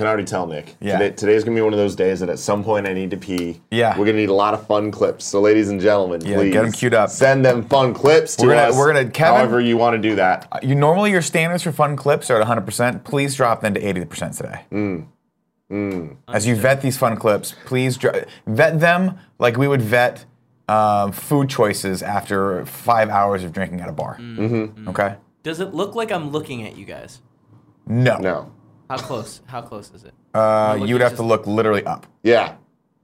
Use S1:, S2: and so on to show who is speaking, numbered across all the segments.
S1: already tell Nick.
S2: Yeah.
S1: Today, today's gonna be one of those days that at some point I need to pee.
S2: Yeah.
S1: We're gonna need a lot of fun clips. So, ladies and gentlemen,
S2: Yeah,
S1: please
S2: get 'em queued up.
S1: Send them fun clips to
S2: We're gonna-
S1: us.
S2: we're gonna- Kevin-
S1: however you want to do that.
S2: You normally your standards for fun clips are at 100%. Please drop them to 80% today.
S1: Mm.
S2: As you vet these fun clips, please dr- vet them like we would vet um, food choices after five hours of drinking at a bar.
S1: Mm. Mm-hmm.
S2: Okay.
S3: Does it look like I'm looking at you guys?
S2: No.
S1: No.
S3: How close? How close is it?
S2: Uh,
S3: looking
S2: you would have to
S3: just-
S2: look literally up.
S1: Yeah.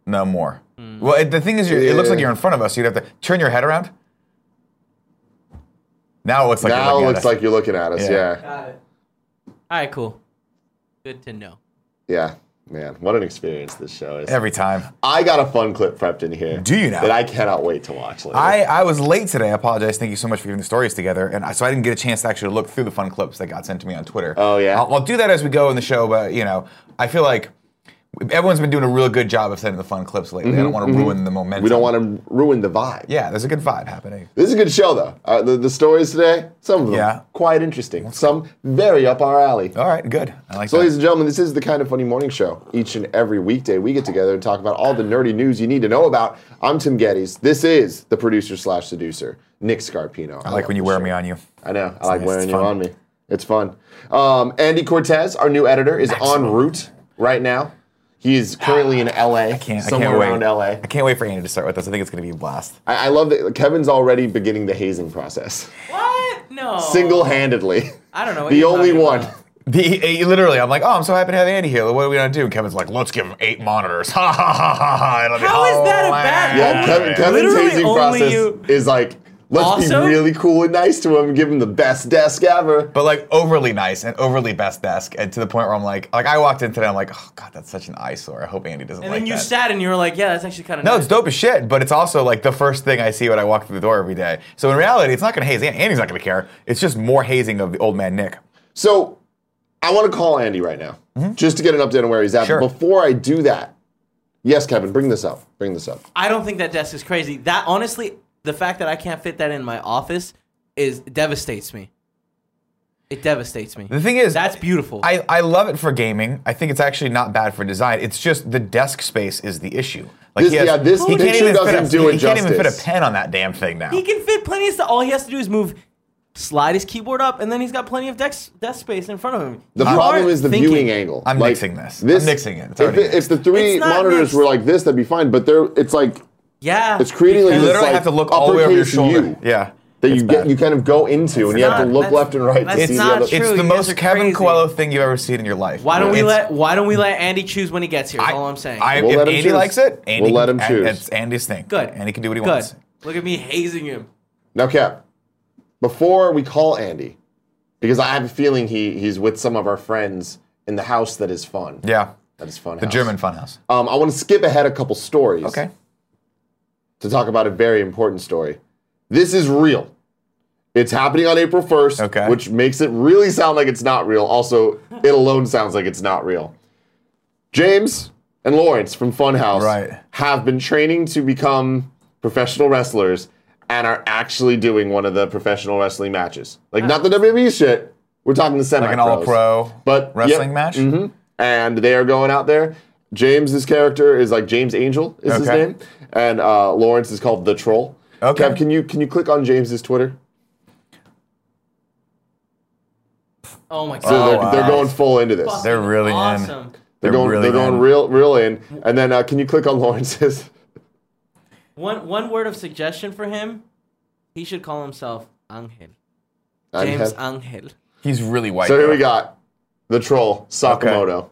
S2: No more. Well, it, the thing is, you're, it looks like
S1: Yeah.
S2: you're in front of us. You'd have to turn your head around. Now it looks like you're
S1: now
S2: looking
S1: it
S2: at
S1: looks
S2: us.
S1: like you're looking at us.
S2: Yeah.
S1: Yeah.
S3: Got it. All right, cool. Good to know.
S1: Yeah. Man, what an experience this show is.
S2: every time.
S1: I got a fun clip prepped in here.
S2: Do you now?
S1: That I cannot wait to watch later.
S2: I, I was late today. I apologize. Thank you so much for getting the stories together. And I, so I didn't get a chance to actually look through the fun clips that got sent to me on Twitter.
S1: Oh, yeah?
S2: I'll, I'll do that as we go in the show, but, you know, I feel like everyone's been doing a real good job of sending the fun clips lately. I don't want to ruin the momentum.
S1: Mm-hmm, we don't want to ruin the vibe.
S2: Yeah, there's a good vibe happening.
S1: This is a good show, though. Uh, the, the stories today, some of them
S2: Yeah.
S1: quite interesting, some very up our alley.
S2: All right, good. I like
S1: So,
S2: that.
S1: ladies and gentlemen, this is the kind of funny morning show. Each and every weekday, we get together and talk about all the nerdy news you need to know about. I'm Tim Geddes. This is the producer slash seducer, Nick Scarpino.
S2: I like when you wear me on you.
S1: I know. I like
S2: nice.
S1: wearing
S2: It's
S1: you
S2: fun.
S1: on me. It's fun. Um, Andy Cortez, our new editor, is en
S2: Excellent.
S1: route right now. He is currently in LA,
S2: I can't,
S1: somewhere
S2: I can't wait.
S1: around LA.
S2: I can't wait for Andy to start with us. I think it's going to be a blast.
S1: I, I love that Kevin's already beginning the hazing process
S3: What? No.
S1: single handedly.
S3: I don't know. Oh. What
S1: The
S3: you're
S1: only
S3: talking
S1: one.
S3: about.
S2: The, he- literally, I'm like, oh, I'm so happy to have Andy here. What are we going to do? And Kevin's like, let's give him eight monitors. Ha ha ha ha ha. It'll be "Oh,
S3: How is that a
S2: hilarious.
S3: bad
S1: Yeah, Kevin, Kevin's
S3: Literally
S1: hazing
S3: only
S1: process
S3: you-
S1: is like, let's
S3: Awesome?
S1: be really cool and nice to him, give him the best desk ever.
S2: but like overly nice and overly best desk, and to the point where I'm like, like I walked in today, I'm like, oh god, that's such an eyesore. I hope Andy doesn't
S3: And
S2: like
S3: then you
S2: that.
S3: sat and you were like, yeah, that's actually kind of
S2: no,
S3: nice.
S2: it's dope as shit, but it's also like the first thing I see when I walk through the door every day. So in reality, it's not gonna haze. An- Andy's not gonna care. It's just more hazing of the old man Nick.
S1: So I want to call Andy right now just to get an update on where he's at.
S2: Mm-hmm. Sure.
S1: But Before I do that, yes, Kevin, bring this up. Bring this up.
S3: I don't think that desk is crazy. That honestly, the fact that I can't fit that in my office is devastates me. It devastates me.
S2: The thing is,
S3: That's beautiful.
S2: I, I love it for gaming. I think it's actually not bad for design. It's just the desk space is the issue. Like
S1: This- yeah, this picture
S2: even fit
S1: doesn't
S2: a,
S1: do
S2: he
S1: it
S2: can't even fit
S1: justice.
S2: a pen on that damn thing now.
S3: he can fit plenty of stuff. All he has to do is move, slide his keyboard up, and then he's got plenty of desk desk space in front of him.
S1: The
S3: You
S1: problem
S3: are
S1: is the
S3: thinking-
S1: viewing angle.
S2: I'm nixing this. I'm nixing it. It's
S1: if,
S2: already
S1: it- if the three
S3: It's not
S1: monitors
S3: mixed.
S1: were like this, that'd be fine. But they're it's like
S3: Yeah.
S1: it's creating like
S2: you
S1: this
S2: literally
S1: like
S2: have to look all the way over your
S1: uppercase
S2: shoulder.
S1: U
S2: Yeah.
S1: that
S2: it's
S1: you get
S2: bad.
S1: you kind of go into, and you have to
S3: not-
S1: look
S3: that's-
S1: left and right to
S3: that's
S1: see the
S3: not
S1: other.
S3: true.
S2: It's the
S3: You guys
S2: most
S3: are
S2: Kevin
S3: crazy.
S2: Coelho thing you've ever seen in your life.
S3: Why don't we
S2: It's-
S3: let Why don't we let Andy choose when he gets here? Is all I'm saying.
S2: I,
S1: We'll
S2: if
S1: let him
S2: Andy
S1: choose.
S2: likes it, Andy
S1: We'll
S2: can,
S1: let him
S2: and-
S1: choose.
S2: It's Andy's thing.
S3: Good.
S2: Andy can do what he
S3: Good.
S2: wants.
S3: Look at me hazing him.
S1: Now, Cap, before we call Andy, because I have a feeling he he's with some of our friends in the house that is fun.
S2: Yeah.
S1: that is fun.
S2: The German funhouse.
S1: Um, I want to skip ahead a couple stories.
S2: Okay.
S1: to talk about a very important story. This is real. It's happening on April 1st,
S2: Okay.
S1: which makes it really sound like it's not real. Also, it alone sounds like it's not real. James and Lawrence from Funhouse
S2: Right.
S1: have been training to become professional wrestlers and are actually doing one of the professional wrestling matches. Like, not the WWE shit. We're talking the semi
S2: Like an all pro
S1: but
S2: wrestling
S1: yep,
S2: match.
S1: mhm. And they are going out there. James's character is like James Angel is his
S2: Okay.
S1: name, and uh, Lawrence is called the Troll.
S2: Okay.
S1: Kev, can you can you click on James's Twitter?
S3: Oh my god.
S1: So they're,
S2: wow.
S1: they're going full into this.
S3: Fucking
S1: They're,
S2: They're really in.
S3: awesome.
S1: going
S2: really
S1: they're going
S2: in.
S1: real real in. And then uh, can you click on Lawrence's?
S3: One one word of suggestion for him. He should call himself Angel. James Angel.
S2: He's really white.
S1: So here
S2: though.
S1: we got the Troll Sakamoto,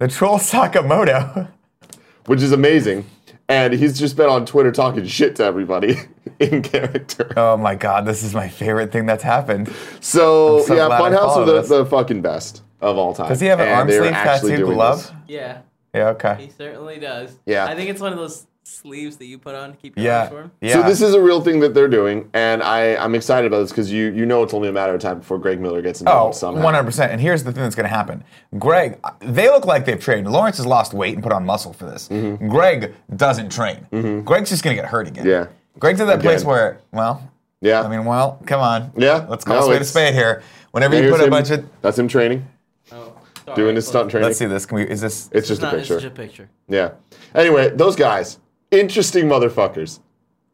S2: The troll Sakamoto.
S1: which is amazing, and he's just been on Twitter talking shit to everybody in character.
S2: oh my god, this is my favorite thing that's happened.
S1: So,
S2: I'm so
S1: yeah,
S2: glad I
S1: Funhouse are
S2: follow
S1: the,
S2: this.
S1: the fucking best of all time.
S2: Does he have an
S1: And
S2: arm
S1: they're
S2: sleeve
S1: actually
S2: tattooed
S1: doing
S2: glove?
S1: this.
S3: Yeah,
S2: Yeah,
S3: he
S2: okay.
S3: certainly does.
S1: Yeah.
S3: I think it's one of those sleeves that you put on to keep your arms
S2: Yeah.
S3: warm.
S2: Yeah.
S1: So this is a real thing that they're doing, and I, I'm excited about this because you you know it's only a matter of time before Greg Miller gets
S2: Oh,
S1: involved somehow.
S2: 100%. And here's the thing that's going to happen. Greg, they look like they've trained. Lawrence has lost weight and put on muscle for this. Greg doesn't train. Greg's just going to get hurt again.
S1: Mm-hmm. Yeah.
S2: Greg's at that place
S1: Again.
S2: where, well,
S1: Yeah.
S2: I mean, well, come on.
S1: Yeah.
S2: Let's call
S1: No,
S2: a spade a
S1: it's-
S2: spade here. Whenever
S1: And
S2: you
S1: here's
S2: put a
S1: him-
S2: bunch of
S1: That's him training.
S3: Oh.
S1: doing his stunt training.
S2: Let's see this. Can we? Is this?
S1: It's just
S3: It's not.
S1: a
S3: It's
S1: picture.
S3: just a picture.
S1: Yeah. Anyway, those guys, interesting motherfuckers.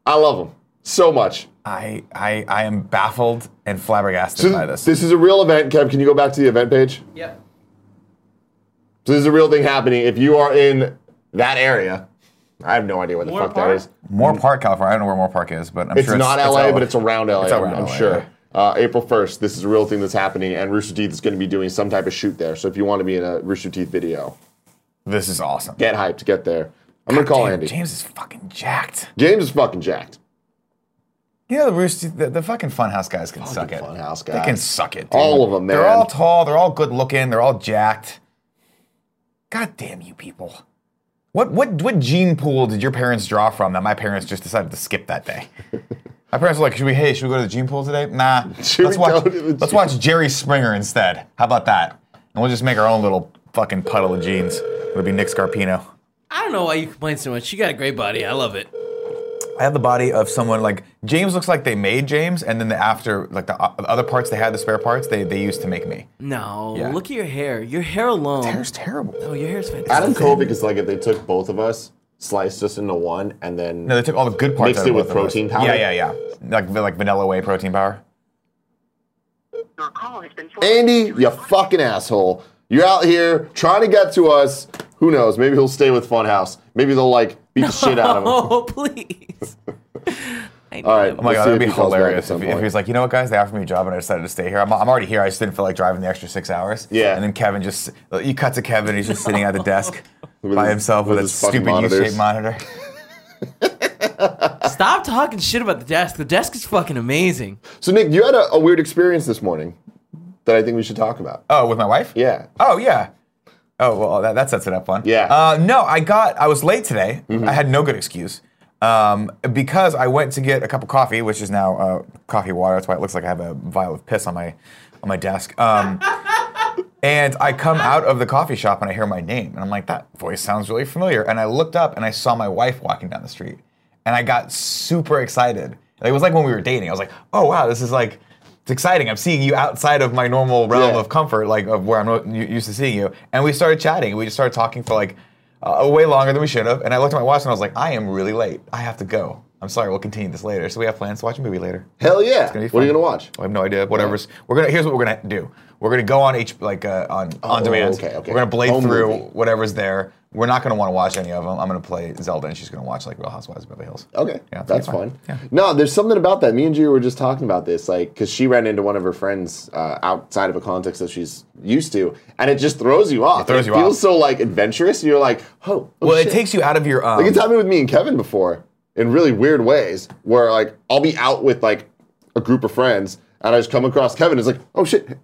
S1: I love them so much.
S2: I I I am baffled and flabbergasted
S1: So
S2: by
S1: th-
S2: this.
S1: this is a real event, Kev. Can you go back to the event page?
S3: Yep.
S1: So this is a real thing happening. If you are in that area, I have no idea where the
S3: Moore
S1: fuck that
S3: Park?
S1: is.
S2: Moore Park, California. I don't know where Moore Park is, but I'm
S1: It's
S2: sure
S1: not LA, but it's around LA.
S2: It's
S1: I'm-
S2: around
S1: I'm,
S2: LA,
S1: sure.
S2: yeah.
S1: Uh, April 1st, this is a real thing that's happening, and Rooster Teeth is going to be doing some type of shoot there. So if you want to be in a Rooster Teeth video,
S2: This is awesome.
S1: get hyped, get there. I'm going to call
S2: Damn,
S1: Andy. James.
S2: James is fucking jacked.
S1: is fucking jacked.
S2: You know the Rooster, the, the fucking Funhouse guys can suck it.
S1: Funhouse
S2: They can
S1: guys.
S2: suck it. Dude.
S1: All of 'em,
S2: They're
S1: man.
S2: all tall. They're all good looking. They're all jacked. God damn you people! What what what gene pool did your parents draw from that my parents just decided to skip that day? My parents were like, "Should we? Hey, should we go to the gene pool today? Nah.
S1: Should
S2: let's
S1: we
S2: watch.
S1: go to the
S2: Let's
S1: gene-
S2: watch Jerry Springer instead. How about that? And we'll just make our own little fucking puddle of jeans. It'll be Nick Scarpino.
S3: I don't know why you complain so much. You got a great body. I love it.
S2: I have the body of someone like James looks like they made James, and then the after like the o- other parts they had the spare parts they they used to make me.
S3: No.
S2: Yeah.
S3: Look at your hair. Your hair alone.
S2: Hair's terrible.
S3: oh, your hair's fantastic.
S1: Adam Kovic is like if they took both of us, sliced us into one, and then
S2: No, they took all the good parts.
S1: Mixed
S2: out of
S1: it with
S2: both of us.
S1: protein powder?
S2: Yeah, yeah, yeah. Like like vanilla whey protein powder.
S4: Your call has been forwarded
S1: Andy,
S4: to
S1: you
S4: an
S1: fucking asshole. You're out here trying to get to us. Who knows? Maybe he'll stay with Funhouse. Maybe they'll like beat the shit out of him. All
S3: Oh, please. I need
S1: right.
S3: him.
S2: Oh my god,
S1: see
S2: that'd be
S1: he calls back at
S2: hilarious
S1: some
S2: if, if he
S1: point.
S2: was like, you know what, guys, they offered me a job and I decided to stay here. I'm, I'm already here. I just didn't feel like driving the extra six hours.
S1: Yeah.
S2: And then Kevin just you cut to Kevin. and He's just sitting at the desk
S1: With
S2: by
S1: his-
S2: himself with,
S1: with
S2: a
S1: his fucking
S2: stupid
S1: monitors.
S2: U-shaped monitor.
S3: Stop talking shit about the desk. The desk is fucking amazing.
S1: So Nick, you had a, a weird experience this morning that I think we should talk about.
S2: Oh, with my wife?
S1: Yeah.
S2: Oh yeah. Oh well, that, that sets it up fun.
S1: Yeah.
S2: Uh, no, I got. I was late today. I had no good excuse um, because I went to get a cup of coffee, which is now uh, coffee water. That's why it looks like I have a vial of piss on my on my desk. Um, and I come out of the coffee shop and I hear my name and I'm like, that voice sounds really familiar. And I looked up and I saw my wife walking down the street, and I got super excited. Like, It was like when we were dating. I was like, oh wow, this is like. It's exciting. I'm seeing you outside of my normal realm
S1: Yeah.
S2: of comfort, like of where I'm not u- used to seeing you. And we started chatting. We just started talking for like uh, way longer than we should have. And I looked at my watch and I was like, I am really late. I have to go. I'm sorry. We'll continue this later. So we have plans to watch a movie later.
S1: Hell yeah.
S2: gonna be
S1: What are you
S2: fun.
S1: gonna watch?
S2: I have no idea. Whatever's we're gonna. Here's what we're gonna do. We're gonna go on H like uh, on on
S1: Oh,
S2: demand.
S1: okay, okay.
S2: We're gonna blade
S1: Home
S2: through
S1: movie.
S2: whatever's there. We're not gonna want to watch any of them. I'm gonna play Zelda, and she's gonna watch like Real Housewives of Beverly Hills.
S1: Okay,
S2: Yeah, it's
S1: that's
S2: gonna be
S1: fun.
S2: fun. Yeah.
S1: No, there's something about that. Me and Gia were just talking about this, like, because she ran into one of her friends uh, outside of a context that she's used to, and it just throws you off.
S2: It throws you
S1: feels
S2: off.
S1: so like adventurous. And you're like, oh, oh
S2: Well,
S1: shit.
S2: it takes you out of your. Um,
S1: Like it's happened with me and Kevin before in really weird ways, where like I'll be out with like a group of friends, and I just come across Kevin. It's like, oh shit,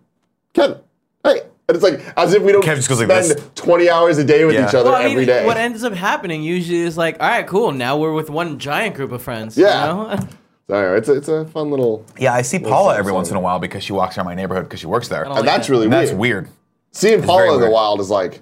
S1: Kevin, hey, and it's like as if we don't
S2: Kevin just goes like
S1: spend
S2: this.
S1: twenty hours a day with
S2: Yeah.
S1: each other
S3: Well, I mean,
S1: every day.
S3: what ends up happening usually is like, all right, cool. Now we're with one giant group of friends.
S1: Yeah.
S3: You know?
S1: So, anyway, it's a, it's a fun little.
S2: yeah, I see Paula every
S1: so-
S2: once in a while because she walks around my neighborhood because she works there.
S3: don't
S1: And
S3: like
S1: that's
S3: that.
S1: really
S2: And
S1: weird.
S2: that's weird.
S1: Seeing
S2: very
S1: Paula in the
S2: weird.
S1: wild is like,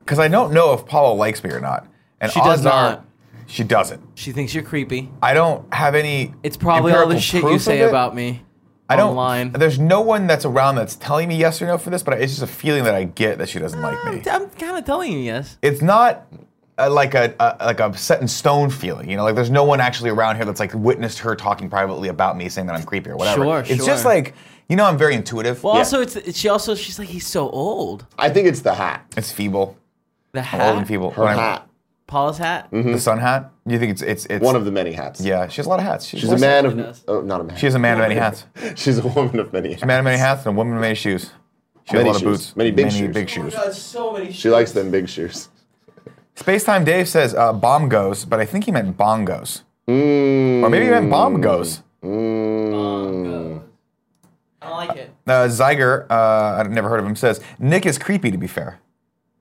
S2: Because I don't know if Paula likes me or not. And
S3: She does
S2: odds are
S3: not.
S2: she doesn't.
S3: she thinks you're creepy.
S2: I don't have any.
S3: It's probably all the
S2: empirical
S3: shit
S2: proof
S3: you
S2: of
S3: say
S2: it.
S3: about me.
S2: I don't.
S3: online.
S2: There's no one that's around that's telling me yes or no for this, but it's just a feeling that I get that she doesn't like me.
S3: I'm, I'm kind of telling you yes.
S2: It's not uh like a, a like a set in stone feeling, you know. Like there's no one actually around here that's like witnessed her talking privately about me, saying that I'm creepy or whatever.
S3: Sure,
S2: it's just
S3: sure.
S2: like you know, I'm very intuitive.
S3: Well,
S1: Yeah.
S3: also, it's she also she's like he's so old.
S1: I think it's the hat,
S2: it's feeble,
S3: The
S2: old and Mm-hmm.
S3: hat,
S2: feeble.
S1: her
S2: When I-
S1: hat,
S3: Paula's hat.
S2: The sun hat. You think it's it's it's
S1: one of the many hats.
S2: yeah. She has a lot of hats. She
S1: she's a
S2: wears-
S1: man
S3: She does.
S1: of oh, not a man.
S2: She is a man of many hats.
S1: she's a woman of many. Hats.
S2: Man of many hats and a woman of many shoes. She has
S1: Many
S2: a
S1: shoes.
S2: lot of boots.
S1: Many big shoes.
S2: big shoes.
S3: so many.
S1: She likes them big shoes.
S2: Spacetime Dave says uh, bomb goes, but I think he meant bongos.
S1: Mm.
S2: Or maybe he meant bomb goes.
S3: I don't like it.
S2: Uh, Zeiger, uh, I've never heard of him, says Nick is creepy to be fair.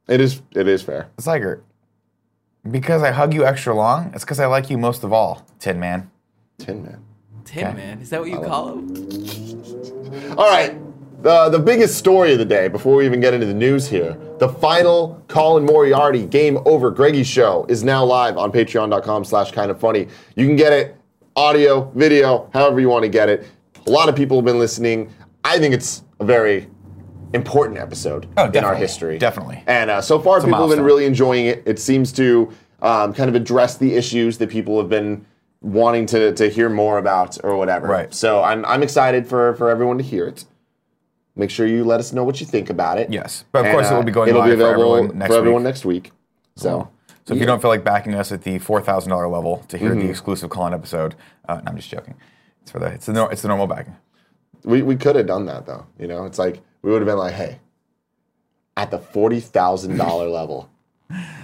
S1: It is it is fair.
S2: Zeiger, because I hug you extra long, it's because I like you most of all, Tin Man.
S1: Tin man.
S3: Tin man, is that what you call him?
S1: All right. The, the biggest story of the day, before we even get into the news here, the final Colin Moriarty Game Over Greggy show is now live on patreon.com slash kind of funny. You can get it audio, video, however you want to get it. A lot of people have been listening. I think it's a very important episode
S2: Oh,
S1: in our
S2: definitely,
S1: history.
S2: definitely.
S1: And uh, so far,
S2: a
S1: people have been
S2: milestone.
S1: really enjoying it. It seems to um, kind of address the issues that people have been wanting to, to hear more about or whatever.
S2: Right.
S1: So I'm, I'm excited for, for everyone to hear it. Make sure you let us know what you think about it.
S2: Yes. But of course, it will be going
S1: it'll be
S2: live for
S1: available
S2: everyone next
S1: for everyone
S2: week.
S1: next week. So,
S2: So if you don't feel like backing us at the four thousand dollar level to hear the exclusive call-in episode, uh, no, I'm just joking. It's for the it's the nor- it's the normal backing.
S1: We, we could have done that though. You know, it's like we would have been like, hey, at the forty thousand dollar level,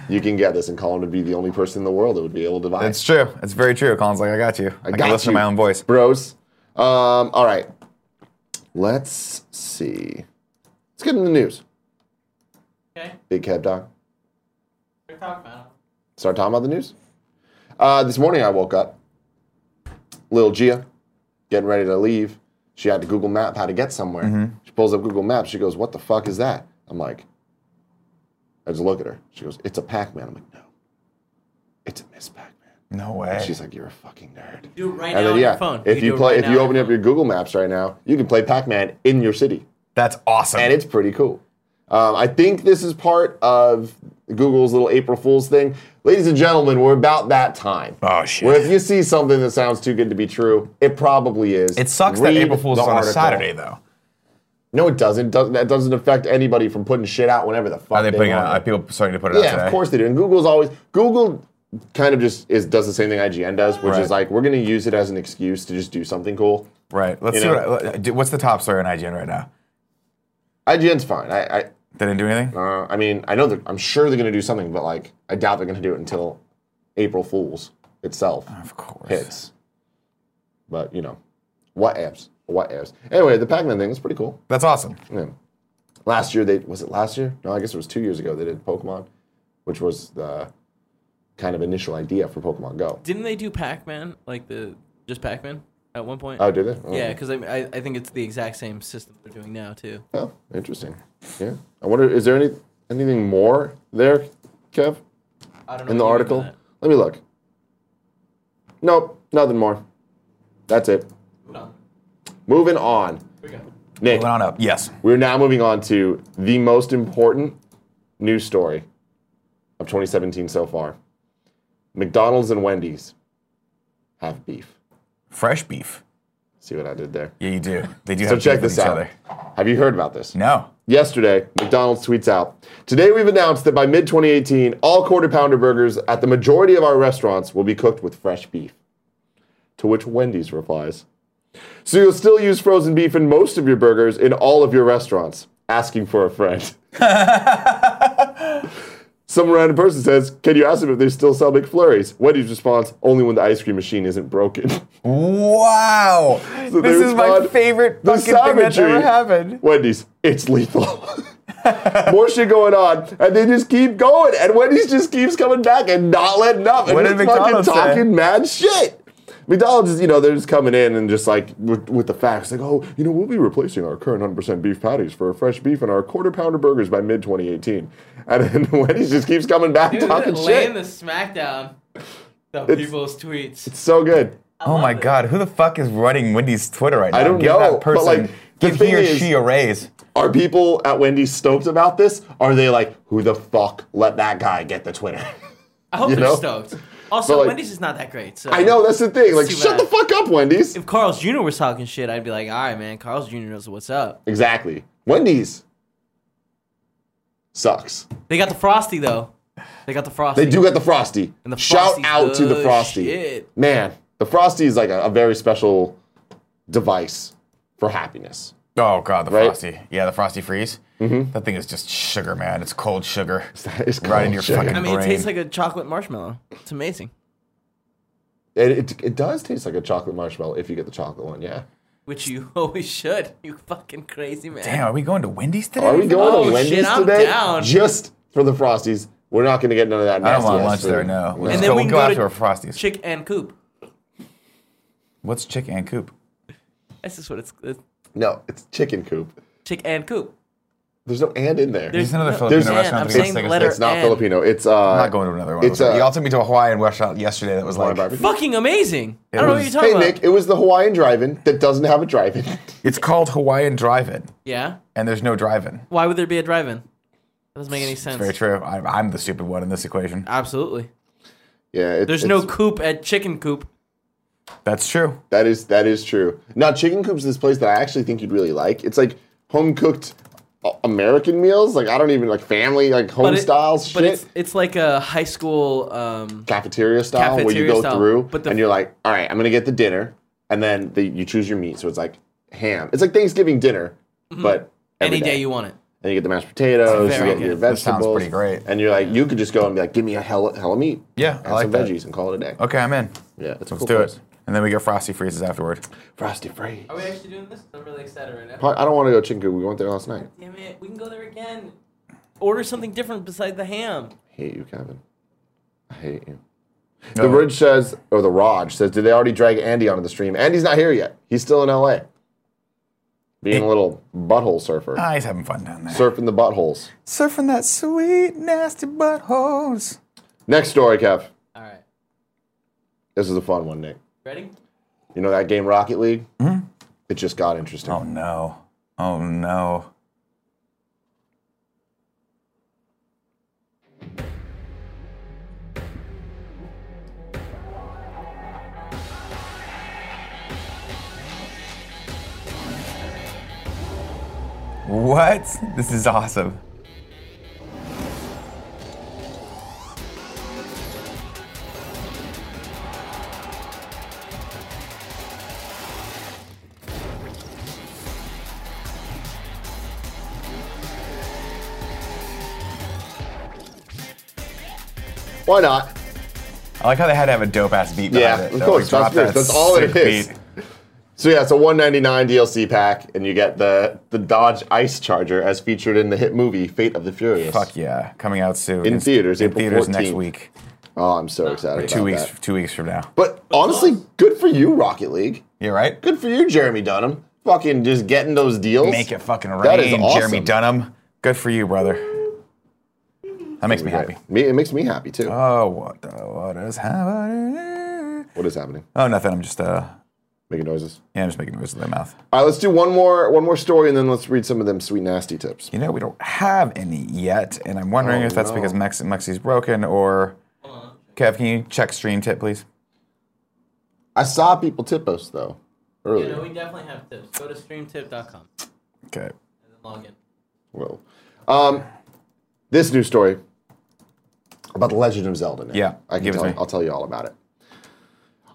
S1: you can get this, and Colin would be the only person in the world that would be able to buy.
S2: It's
S1: it.
S2: true. It's very true. Colin's like, I got you. I,
S1: got
S2: can listen
S1: you.
S2: to my own voice.
S1: bros. Um, all right, let's see. Let's get into the news.
S3: Okay.
S1: Big cab doc.
S3: We're talking about it.
S1: Start talking about the news. Uh, this morning I woke up. Little Gia, getting ready to leave. She had to Google Map how to get somewhere. She pulls up Google Maps. She goes, "What the fuck is that?" I'm like, I just look at her. She goes, "It's a Pac-Man." I'm like, "No, it's a Miss Pac-Man."
S2: No way.
S1: She's like, "You're a fucking nerd."
S3: Do it right
S1: And
S3: now
S1: then
S3: on
S1: yeah,
S3: your phone.
S1: if
S3: do
S1: you
S3: it
S1: play,
S3: right
S1: if
S3: now
S1: you
S3: on
S1: open
S3: your
S1: up your Google Maps right now, you can play Pac-Man in your city
S2: That's awesome.
S1: and it's pretty cool. Um, I think this is part of Google's little April Fool's thing. Ladies and gentlemen, we're about that time.
S2: Oh, shit.
S1: Where if you see something that sounds too good to be true, it probably is.
S2: it sucks that
S1: Read
S2: April Fool's
S1: the
S2: is on a
S1: article.
S2: Saturday though.
S1: No, it doesn't. doesn't. That doesn't affect anybody from putting shit out whenever the fuck
S2: Are they putting it
S1: want
S2: out?
S1: it.
S2: Are people starting to put it out
S1: Yeah,
S2: today?
S1: of course they do. And Google's always Google kind of just is does the same thing IGN does, which
S2: Right.
S1: is like we're gonna use it as an excuse to just do something cool.
S2: Right. Let's
S1: You
S2: see
S1: know.
S2: what I, do- what's the top story on IGN right now.
S1: IGN's fine. I, I
S2: They didn't do anything.
S1: Uh, I mean, I know that I'm sure they're going to do something, but like, I doubt they're going to do it until April Fool's itself
S2: Of course.
S1: hits. But you know, what ifs? What ifs? Anyway, the Pac-Man thing is pretty cool.
S2: That's awesome.
S1: Yeah. Last year they was it last year? No, I guess it was two years ago they did Pokemon, which was the kind of initial idea for Pokemon Go.
S3: Didn't they do Pac-Man like the just Pac-Man at one point?
S1: Oh, did it? Oh.
S3: yeah, because I, I I think it's the exact same system they're doing now too.
S1: Oh, interesting. Yeah. I wonder, is there any anything more there, Kev,
S3: I
S1: in the
S3: don't know what you mean by
S1: article?
S3: that.
S1: Let me look. Nope, nothing more. That's it.
S3: Hold on.
S1: Moving on.
S3: Here we go.
S1: Nick,
S2: Moving on up. Yes.
S1: we're now moving on to the most important news story of 2017 so far. McDonald's and Wendy's have beef.
S2: Fresh beef.
S1: See what I did there?
S2: Yeah, you do. They do
S1: So
S2: have beef
S1: check
S2: with
S1: this
S2: each
S1: out.
S2: other.
S1: Have you heard about this?
S2: No.
S1: Yesterday, McDonald's tweets out Today we've announced that by mid 2018, all quarter pounder burgers at the majority of our restaurants will be cooked with fresh beef. To which Wendy's replies So you'll still use frozen beef in most of your burgers in all of your restaurants, asking for a friend. Some random person says, Can you ask them if they still sell McFlurries? Wendy's response, Only when the ice cream machine isn't broken.
S2: Wow.
S1: So they
S2: this is my
S1: respond,
S2: favorite
S1: "The
S2: fucking thing that's
S1: savagery-
S2: ever happened.
S1: Wendy's, it's lethal. More shit going on, and they just keep going, and Wendy's just keeps coming back and not letting up, and
S2: What
S1: just
S2: did
S1: fucking
S2: McDonald's say?
S1: talking mad shit. McDonald's is, you know, they're just coming in and just like with, with the facts, like, oh, you know, we'll be replacing our current 100% beef patties for fresh beef and our quarter pounder burgers by mid 2018. And then Wendy's just keeps coming back
S3: Dude,
S1: talking shit.
S3: laying the smackdown. The
S1: It's-
S3: people's tweets.
S1: so good.
S2: Oh my God, who the fuck is running Wendy's Twitter right now?
S1: I don't
S2: give
S1: know,
S2: That
S1: but,
S2: person,
S1: like, the
S2: give he
S1: thing
S2: or
S1: is-
S2: she a raise.
S1: Are people at Wendy's stoked about this? Are they like, who the fuck let that guy get the Twitter?
S3: I hope
S1: you
S3: they're
S1: know?
S3: stoked. Also,
S1: But, like-
S3: Wendy's is not that great. So
S1: I know, that's the thing. Like,
S3: too
S1: shut
S3: bad.
S1: the fuck up, Wendy's.
S3: If Carl's Jr. was talking shit, I'd be like, all right, man, Carl's Jr. knows what's up.
S1: Exactly. Wendy's sucks.
S3: They got the Frosty, though. They got the Frosty.
S1: They do get the frosty.
S3: And the
S1: Shout
S3: Frosty's
S1: out to the
S3: good
S1: frosty.
S3: shit.
S1: Man, the frosty is like a, a very special device for happiness.
S2: Oh God, the
S1: Right? Mm-hmm.
S2: frosty. Yeah, the frosty freeze. That thing is just sugar, man. It's cold sugar.
S1: It's
S2: Right in
S1: cold
S2: your
S1: shit.
S2: fucking-
S3: I mean, it tastes
S2: brain.
S3: like a chocolate marshmallow. It's amazing.
S1: It, it, it does taste like a chocolate marshmallow if you get the chocolate one. Yeah.
S3: Which you always should. You fucking crazy man.
S2: Damn, are we going to Wendy's today?
S1: Are we going to
S3: Oh, shit,
S1: Wendy's
S3: I'm
S1: today?
S3: down.
S1: Just for the frosties. We're not going to get none of that.
S2: I don't
S1: nasty
S2: want
S1: ass
S2: lunch there.
S1: food.
S2: No, we'll
S3: And
S2: just
S3: then
S2: go,
S3: we
S2: we'll
S3: can
S2: go
S3: go
S2: out
S3: to
S2: to our frosties.
S3: Chick and Coop.
S2: What's chick and coop?
S3: That's just what it's. it's
S1: No, it's chicken coop.
S3: Chick and Coop.
S1: There's no and in there.
S2: There's another
S3: no-
S2: Filipino
S1: there's-
S2: restaurant.
S3: I'm
S2: that
S3: saying
S2: does things
S3: letter-
S2: like
S1: it's not
S3: and.
S1: Filipino. It's uh,
S2: I'm not going to another one.
S1: It's
S2: It's,
S1: uh,
S2: y'all took me to a Hawaiian restaurant yesterday that was
S1: Hawaiian
S2: like,
S1: barbecue.
S3: Fucking amazing. I don't know what
S2: was-
S3: you're talking
S1: hey
S3: about.
S1: Nick, it was the Hawaiian drive-in that doesn't have a drive-in.
S2: it's called Hawaiian Drive-In,
S3: Yeah.
S2: and there's no drive-in.
S3: Why would there be a drive-in? That doesn't make any sense.
S2: Very true. I, I'm the stupid one in this equation.
S3: Absolutely.
S1: Yeah, it,
S3: There's
S1: it's-
S3: no coop at Chicken Coop.
S2: That's true.
S1: That is that is true. Now, Chicken Coop's this place that I actually think you'd really like. It's like home cooked American meals. Like I don't even like family like home
S3: it-
S1: style
S3: But
S1: shit.
S3: it's it's like a high school. Um,
S1: Cafeteria style where you
S3: Cafeteria
S1: go
S3: style,
S1: through
S3: but the-
S1: and you're like, all right, I'm gonna get the dinner, and then the, you choose your meat. So it's like ham. It's like Thanksgiving dinner, but every
S3: Mm-hmm. any day you want it.
S1: And you get the mashed potatoes, you
S3: Very
S1: get your
S3: good.
S2: That
S1: vegetables.
S2: sounds pretty great.
S1: And you're like, you could just go and be like, give me a hell, hell of meat.
S2: Yeah,
S1: and
S2: I like
S1: some
S2: that.
S1: veggies and call it a day.
S2: Okay, I'm in.
S1: Yeah, it's a
S2: Let's
S1: cool
S2: do
S1: place.
S2: it. And then we get frosty freezes afterward.
S1: Frosty Free.
S3: Are we actually doing this? I'm really excited right now.
S1: I don't want to go chicken coop. We went there last night.
S3: Damn it, we can go there again. Order something different besides the ham.
S1: hate you, Kevin. I hate you. The Ridge says, or the Raj says, did they already drag Andy onto the stream? Andy's not here yet. He's still in LA. Being a little butthole surfer.
S2: Ah, he's having fun down there.
S1: Surfing the buttholes.
S2: Surfing that sweet, nasty buttholes.
S1: Next story, Kev.
S3: All right,
S1: This is a fun one, Nick.
S3: ready?
S1: You know that game Rocket League? Mm-hmm. It just got interesting.
S2: Oh no. Oh no. What? This is awesome.
S1: Why not?
S2: I like how they had to have a dope ass beat behind
S1: Yeah,
S2: it.
S1: of
S2: though.
S1: course,
S2: Like, drop
S1: Fast and
S2: that
S1: Furious, that's all it
S2: sick
S1: is.
S2: beat.
S1: So yeah, it's a 199 DLC pack, and you get the the Dodge Ice Charger as featured in the hit movie Fate of the Furious.
S2: Fuck yeah. Coming out soon.
S1: In theaters,
S2: in
S1: April
S2: theaters next
S1: 14th.
S2: week.
S1: Oh, I'm so excited.
S2: Two
S1: about
S2: weeks
S1: that.
S2: two weeks from now.
S1: But honestly, good for you, Rocket League.
S2: You're right?
S1: Good for you, Jeremy Dunham. Fucking just getting those deals.
S2: Make it fucking rain,
S1: That is awesome.
S2: Jeremy Dunham. Good for you, brother. That makes me happy.
S1: Me, it makes me happy too.
S2: Oh, what the what is happening?
S1: what is happening?
S2: Oh, nothing. I'm just uh,
S1: Making noises.
S2: yeah, I'm just making noises with my mouth.
S1: All right, let's do one more one more story, and then let's read some of them sweet nasty tips.
S2: You know, we don't have any yet, and I'm wondering
S1: Oh,
S2: if that's
S1: no.
S2: because Mex- Mexi's broken or. Kev, can you check stream tip, please?
S1: I saw people tip us though
S3: You
S1: earlier.
S3: know, we definitely have tips. Go to streamtip.com and
S2: Okay.
S3: then log in.
S1: Well, um, this new story about the Legend of Zelda. Now.
S2: Yeah,
S1: I can
S2: give it
S1: tell,
S2: to me.
S1: I'll tell you all about it.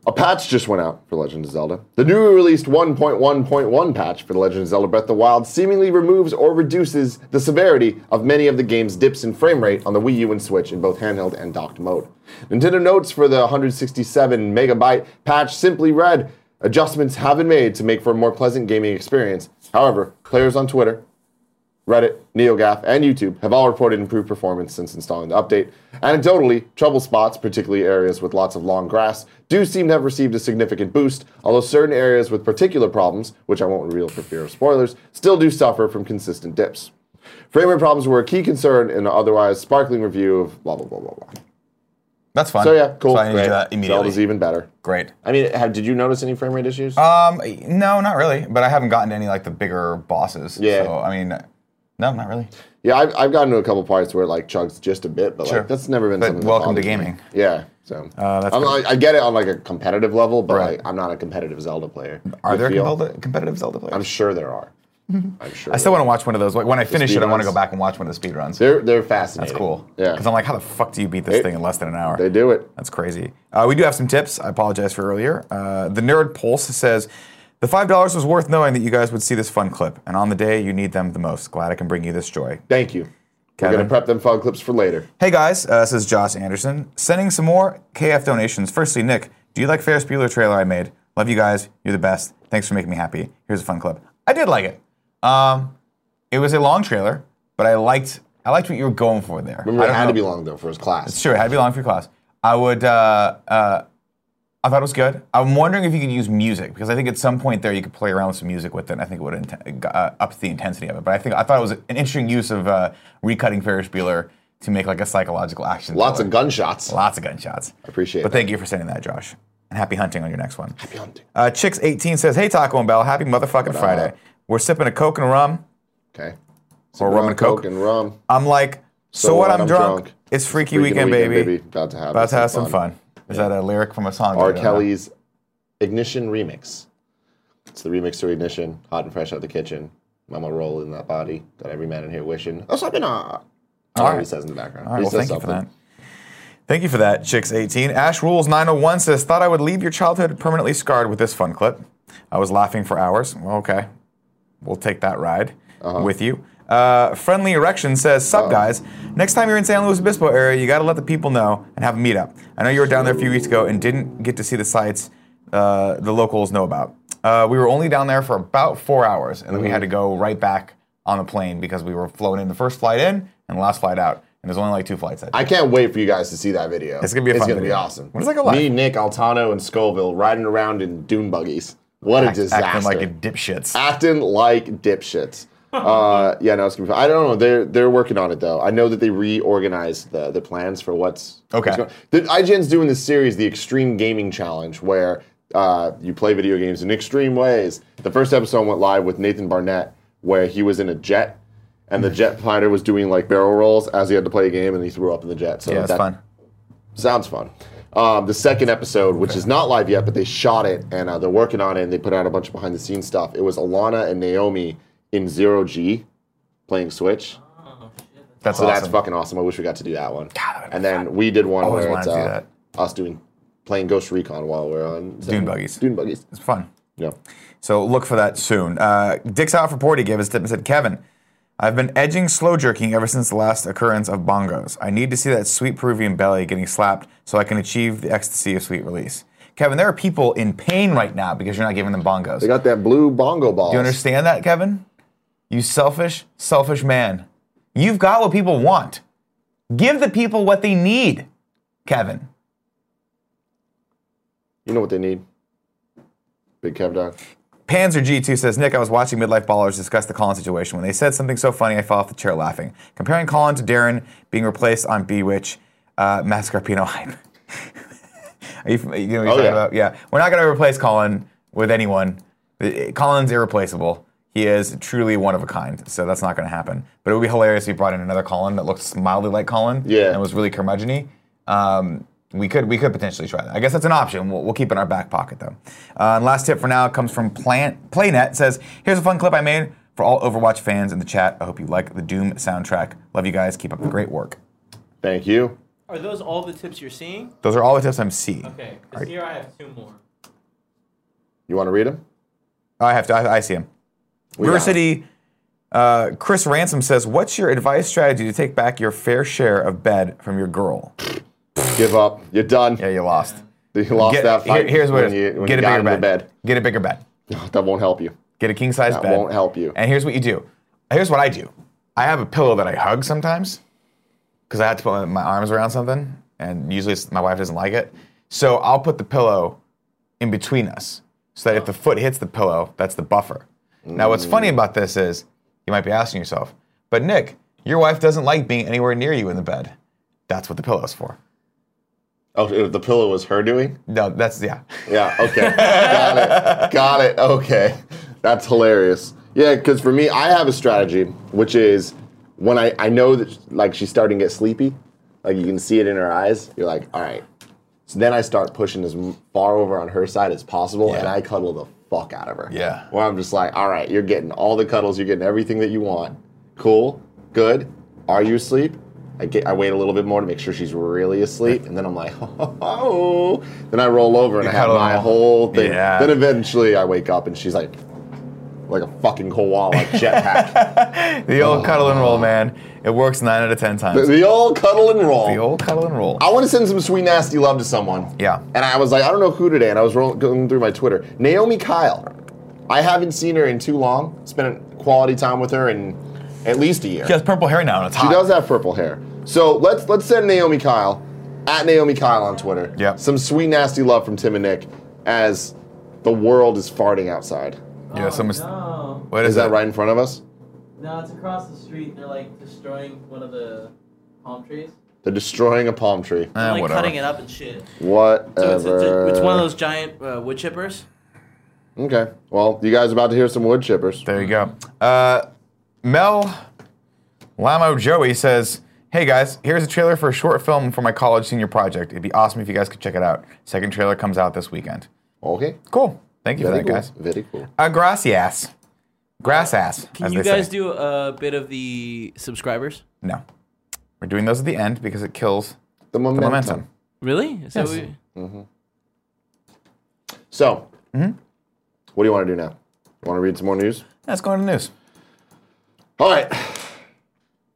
S1: A patch just went out for Legend of Zelda. The newly released 1.1.1 patch for The Legend of Zelda Breath of the Wild seemingly removes or reduces the severity of many of the game's dips in frame rate on the Wii U and Switch in both handheld and docked mode. Nintendo notes for the 167 megabyte patch simply read Adjustments have been made to make for a more pleasant gaming experience. However, players on Twitter Reddit, NeoGAF, and YouTube have all reported improved performance since installing the update. Anecdotally, trouble spots, particularly areas with lots of long grass, do seem to have received a significant boost, although certain areas with particular problems, which I won't reveal for fear of spoilers, still do suffer from consistent dips. Frame rate problems were a key concern in an otherwise sparkling review of blah, blah, blah, blah, blah.
S2: That's fine.
S1: So, yeah, cool.
S2: So I need to do
S1: great.
S2: that immediately.
S1: Zelda's even better.
S2: Great.
S1: I mean, have, did you notice any frame rate issues?
S2: Um, no, not really. But I haven't gotten to any like the bigger bosses.
S1: Yeah.
S2: So I mean, no, not really.
S1: yeah, I've, I've gotten to a couple parts where it like chugs just a bit, but
S2: Sure.
S1: like that's never been
S2: But
S1: something. that
S2: welcome to
S1: bothers me.
S2: gaming.
S1: Yeah, so
S2: Uh, that's
S1: I'm
S2: good.
S1: like- I get it on like a competitive level, but
S2: Right.
S1: like, I'm not a competitive Zelda player.
S2: Are
S1: You
S2: there
S1: feel?
S2: competitive, competitive Zelda players?
S1: I'm sure there are. I'm sure.
S2: I still want to watch one of those. Like when I finish it, I want
S1: speedruns?
S2: to go back and watch one of the speedruns.
S1: They're they're fascinating.
S2: That's cool.
S1: Yeah,
S2: Because I'm like, how the fuck do you beat this
S1: It-
S2: thing in less than an hour?
S1: they do it.
S2: That's crazy. Uh, we do have some tips. I apologize for earlier. Uh, the Nerd Pulse says, the $5 was worth knowing that you guys would see this fun clip, and on the day you need them the most. Glad I can bring you this joy.
S1: Thank you. We're
S2: Kevin.
S1: gonna prep them fun clips for later.
S2: Hey guys, uh, this is Josh Anderson, sending some more KF donations. Firstly, Nick, do you like Ferris Bueller trailer I made? Love you guys. You're the best. Thanks for making me happy. Here's a fun clip. I did like it. Um, it was a long trailer, but I liked I liked what you were going for there.
S1: Remember,
S2: I
S1: it
S2: don't
S1: had
S2: know-
S1: to be long though for his class.
S2: Sure, it had to be long for your class. I would uh, uh, I I thought it was good. I'm wondering if you could use music because I think at some point there you could play around with some music with it. and I think it would int- uh, up the intensity of it. But I think I thought it was an interesting use of uh, recutting Ferris Bueller to make like a psychological action.
S1: Lots
S2: thriller.
S1: of gunshots.
S2: Lots of gunshots.
S1: Appreciate
S2: But
S1: that.
S2: thank you for sending that, Josh. And happy hunting on your next one. Happy hunting. Uh, Chicks18 says, Hey, Taco and Bell, happy motherfucking Friday. We're sipping a Coke and rum.
S1: Okay.
S2: Or rum and Coke.
S1: and rum.
S2: I'm like, So, what? I'm, drunk. It's Freaky,
S1: Freaking
S2: weekend, baby.
S1: About to have
S2: About to have some fun. Is that a lyric from a
S1: R.
S2: song? that I don't know?
S1: Kelly's Ignition remix. It's the remix to Ignition, hot and fresh out the kitchen. Mama roll in that body. Got every man in here wishing. That's what I've been on. I don't know what he
S2: right.
S1: says in the background.
S2: All right,
S1: he
S2: well,
S1: says
S2: thank you for that. Thank you for that, Chicks18. Ash Rules 901 says, Thought I would leave your childhood permanently scarred with this fun clip. I was laughing for hours. Well, okay. We'll take that ride
S1: Uh-huh.
S2: with you. Uh, Friendly Erection says, Sup, guys. Next time you're in San Luis Obispo area, you got to let the people know and have a meetup. I know you were down there a few weeks ago and didn't get to see the sites uh, the locals know about. Uh, we were only down there for about four hours, and then we had to
S1: Mm-hmm.
S2: go right back on the plane because we were flown in the first flight in and the last flight out. And there's only like two flights that day.
S1: I can't wait for you guys to see that video.
S2: It's gonna be a
S1: It's
S2: fun
S1: gonna
S2: video.
S1: be awesome.
S2: When does that go live?
S1: Me, Nick, Altano, and Scoville riding around in dune buggies. What a
S2: act-
S1: disaster!
S2: Acting like a dipshits.
S1: acting like dipshits. Uh, yeah, no, it's gonna be fun. I don't know. They're they're working on it though. I know that they reorganized the the plans for what's
S2: Okay.
S1: what's going- The IGN's doing this series, the Extreme Gaming Challenge, where uh, you play video games in extreme ways. The first episode went live with Nathan Barnett, where he was in a jet, and
S2: Hmm.
S1: the jet fighter was doing like barrel rolls as he had to play a game, and he threw up in the jet. So
S2: Yeah, it's
S1: that-
S2: fun.
S1: Sounds fun. Um, the second episode, which is not live yet, but they shot it and uh, they're working on it and they put out a bunch of behind the scenes stuff. It was Alana and Naomi in Zero G playing Switch.
S2: That's
S1: So
S2: awesome.
S1: that's fucking awesome. I wish we got to do that one.
S2: that would've been
S1: and then we did one
S2: Always
S1: where
S2: wanted
S1: it's
S2: to do
S1: uh, us doing playing Ghost Recon while we're on
S2: Dune buggies.
S1: Dune buggies.
S2: It's fun.
S1: Yeah.
S2: So look for that soon. Uh, Dick's out for Porty gave us a tip and said, Kevin, I've been edging slow jerking ever since the last occurrence of bongos. I need to see that sweet Peruvian belly getting slapped so I can achieve the ecstasy of sweet release. Kevin, there are people in pain right now because you're not giving them bongos.
S1: They got that blue bongo balls.
S2: You understand that, Kevin? You selfish, selfish man. You've got what people want. Give the people what they need, Kevin.
S1: You know what they need? Big Kev Dog.
S2: Panzer G2 says, Nick, I was watching Midlife Ballers discuss the Colin situation. When they said something so funny, I fell off the chair laughing. Comparing Colin to Darren being replaced on Bewitch, uh, Mascarpino hype. Are you, fam- you know what you're
S1: Oh,
S2: talking
S1: yeah.
S2: about? Yeah. We're not going to replace Colin with anyone. The- Colin's irreplaceable. He is truly one of a kind, so that's not going to happen. But it would be hilarious if we brought in another Colin that looked mildly like Colin
S1: Yeah.
S2: and was really curmudgeon um, we could we could potentially try that. I guess that's an option. We'll, we'll keep it in our back pocket though. Uh, and last tip for now comes from Plant Playnet. Says here's a fun clip I made for all Overwatch fans in the chat. I hope you like the Doom soundtrack. Love you guys. Keep up the great work.
S1: Thank you.
S3: Are those all the tips you're seeing?
S2: Those are all the tips I'm seeing.
S3: Okay, 'cause here I have two more.
S1: You want to read them?
S2: Oh, I have to. I, I see him.
S1: got
S2: River
S1: him.
S2: City. Uh, Chris Ransom says, "What's your advice strategy to take back your fair share of bed from your girl?"
S1: Give up. You're done.
S2: Yeah, you lost.
S1: You lost
S2: Get-
S1: that
S2: here-
S1: fight.
S2: here's what
S1: when
S2: it is.
S1: you, when
S2: Get
S1: you
S2: a
S1: got
S2: bigger
S1: into
S2: bed.
S1: bed.
S2: Get a bigger bed.
S1: That won't help you.
S2: Get a king size
S1: That
S2: bed.
S1: won't help you.
S2: And here's what you do. Here's what I do. I have a pillow that I hug sometimes because I have to put my- my arms around something, and usually it's, my wife doesn't like it. So I'll put the pillow in between us so that if the foot hits the pillow, that's the buffer. Now, what's funny about this is you might be asking yourself, but Nick, your wife doesn't like being anywhere near you in the bed. That's what the pillow's for.
S1: Oh, if the pillow was her doing?
S2: No, that's, yeah.
S1: Yeah, okay. Got it. Got it. Okay. That's hilarious. Yeah, because for me, I have a strategy, which is when I, I know that like she's starting to get sleepy, like you can see it in her eyes, you're like, all right. So then I start pushing as m- far over on her side as possible, and
S2: Yeah.
S1: I cuddle the fuck out of her.
S2: Yeah.
S1: Where I'm just like, all right, you're getting all the cuddles, you're getting everything that you want. Cool, good. Are you asleep? I get, I wait a little bit more to make sure she's really asleep, and then I'm like, oh. Then I roll over and I have
S2: cuddle
S1: my
S2: all-
S1: whole thing.
S2: Yeah.
S1: Then eventually I wake up and she's like, like a fucking koala jetpack.
S2: The old cuddle and roll, man. It works nine out of 10
S1: the,
S2: times.
S1: the old cuddle and roll.
S2: The old cuddle and roll.
S1: I want to send some sweet nasty love to someone.
S2: Yeah.
S1: And I was like, I don't know who today, and I was roll- going through my Twitter. Naomi Kyle. I haven't seen her in too long. Spent quality time with her in at least a year.
S2: She has purple hair now and it's
S1: She
S2: hot.
S1: does have purple hair. So let's let's send Naomi Kyle at Naomi Kyle on Twitter.
S2: Yep.
S1: Some sweet, nasty love from Tim and Nick as the world is farting outside.
S2: Yeah, someone's.
S5: Oh, No.
S2: What
S1: Is
S2: is,
S1: that
S2: it?
S1: right in front of us?
S5: No, it's across the street. They're like destroying one of the palm trees.
S1: They're destroying a palm tree.
S2: Eh,
S3: like
S2: whatever.
S3: cutting it up and shit.
S1: Whatever.
S3: Uh, So it's, it's, it's one of those giant uh, wood chippers.
S1: Okay. Well, you guys are about to hear some wood chippers.
S2: There you go. Uh, Mel Lamo Joey says, Hey guys, here's a trailer for a short film for my college senior project. It'd be awesome if you guys could check it out. Second trailer comes out this weekend.
S1: Okay.
S2: Cool. Thank you
S1: Very
S2: for that,
S1: cool.
S2: guys.
S1: Very cool.
S2: Uh, gracias. Grass ass.
S3: Can
S2: as
S3: you
S2: they
S3: guys
S2: say.
S3: do a bit of the subscribers?
S2: No. We're doing those at the end because it kills
S1: The
S2: the
S1: momentum.
S2: momentum.
S3: Really? Is that
S2: Yes.
S3: what we-
S1: So,
S3: Mm-hmm.
S1: what do you want to do now? You want to read some more news?
S2: Let's go into news.
S1: All right.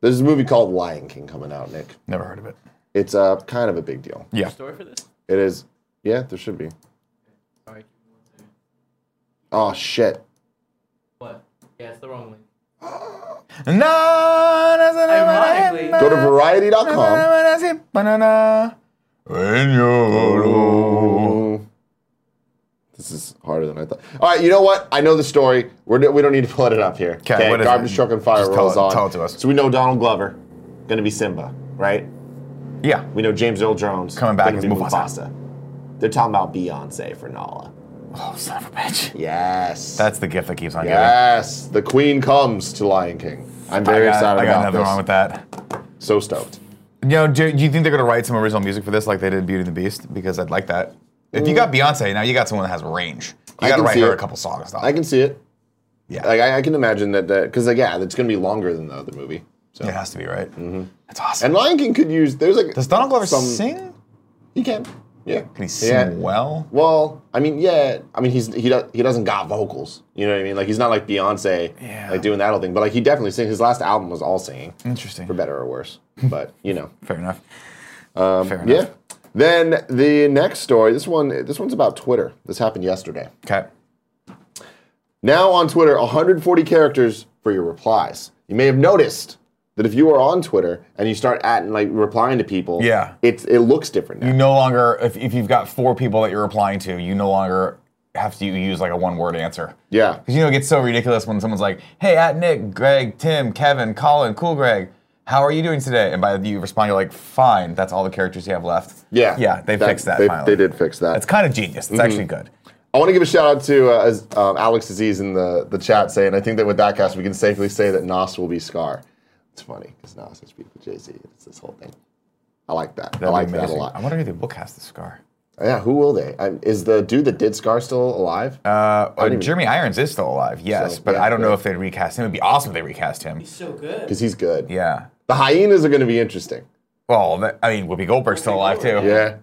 S1: There's a movie called Lion King coming out, Nick.
S2: Never heard of it.
S1: It's uh, kind of a big deal.
S2: Yeah.
S3: story for this?
S1: It is. Yeah, there should be.
S5: Sorry.
S1: Oh, shit.
S5: What? Yeah, it's the wrong link.
S2: No, no, no, no,
S5: Ironically-
S2: no, no,
S1: Go to
S2: no, no,
S1: variety.com.
S2: no, no, no, no, no, no. When you're-
S1: Mm. This is harder than I thought. All right, you know what? I know the story. We're, do- we don't need to put it up here.
S2: 'Kay, what is
S1: Garbage
S2: it?
S1: truck and fire
S2: Just tell
S1: rolls
S2: it-
S1: on.
S2: tell it to us.
S1: So we know Donald Glover, gonna be Simba, right?
S2: Yeah.
S1: We know James Earl Jones
S2: Coming back
S1: gonna
S2: as
S1: be
S2: Mufasa.
S1: They're talking about Beyonce for Nala.
S2: Oh, son of a bitch.
S1: Yes.
S2: That's the gift that keeps on giving.
S1: yes. The Queen comes to Lion King. I'm very
S2: I got,
S1: excited
S2: I got
S1: about
S2: nothing
S1: this.
S2: wrong with that.
S1: so stoked.
S2: You know, do, do you think they're gonna write some original music for this, like they did Beauty and the Beast? Because I'd like that. If you got Beyonce, now you got someone that has range.
S1: I
S2: You gotta
S1: can
S2: write
S1: see
S2: her
S1: it.
S2: a couple songs. Though.
S1: I can see it.
S2: yeah.
S1: Like I, I can imagine that because like yeah, it's gonna be longer than the other movie. So
S2: it has to be right. Mm-hmm. That's awesome.
S1: and Lion King could use there's like
S2: Does Donald Glover
S1: some-
S2: sing?
S1: He can. Yeah.
S2: Can he sing well?
S1: Well, I mean, yeah. I mean, he's he do, he doesn't got vocals. You know what I mean? Like he's not like Beyonce,
S2: Yeah.
S1: like doing that whole thing. But like he definitely sings. His last album was all singing,
S2: Interesting.
S1: for better or worse. But you know,
S2: Fair enough. Fair
S1: yeah.
S2: enough.
S1: Then the next story. This one. This one's about Twitter. This happened yesterday.
S2: Okay.
S1: Now on Twitter, 140 characters for your replies. You may have noticed that if you are on Twitter and you start at like replying to people,
S2: Yeah.
S1: it's it looks different now.
S2: You no longer, if, if you've got four people that you're replying to, you no longer have to use like a one word answer.
S1: yeah,
S2: Because you know it gets so ridiculous when someone's like, "Hey, at Nick, Greg, Tim, Kevin, Colin, Cool Greg, how are you doing today?" And by you respond, you're like, "Fine." That's all the characters you have left.
S1: yeah,
S2: Yeah, they fixed that
S1: They,
S2: finally.
S1: they did fix that.
S2: It's kind of genius. It's actually good.
S1: I want to give a shout out to uh, as, um, Alex Aziz in the, the chat saying, I think that with that cast, we can safely say that Nas will be Scar. It's funny because Nas is people Jay Z. It's this whole thing. I like that. I
S2: That'd be
S1: like that a
S2: amazing. I
S1: lot.
S2: wonder if they will cast the scar.
S1: Yeah, who will they? I, is the dude that did Scar still alive?
S2: Uh, uh,
S1: even-
S2: Jeremy Irons is still alive, yes,
S1: So,
S2: but
S1: yeah,
S2: I don't
S1: yeah.
S2: know if they'd recast him. It'd be awesome if they recast him.
S3: He's so good.
S1: Because he's good.
S2: Yeah.
S1: The hyenas are going to be interesting.
S2: Well, that, I mean, Whoopi Goldberg's still alive too.
S1: Yeah.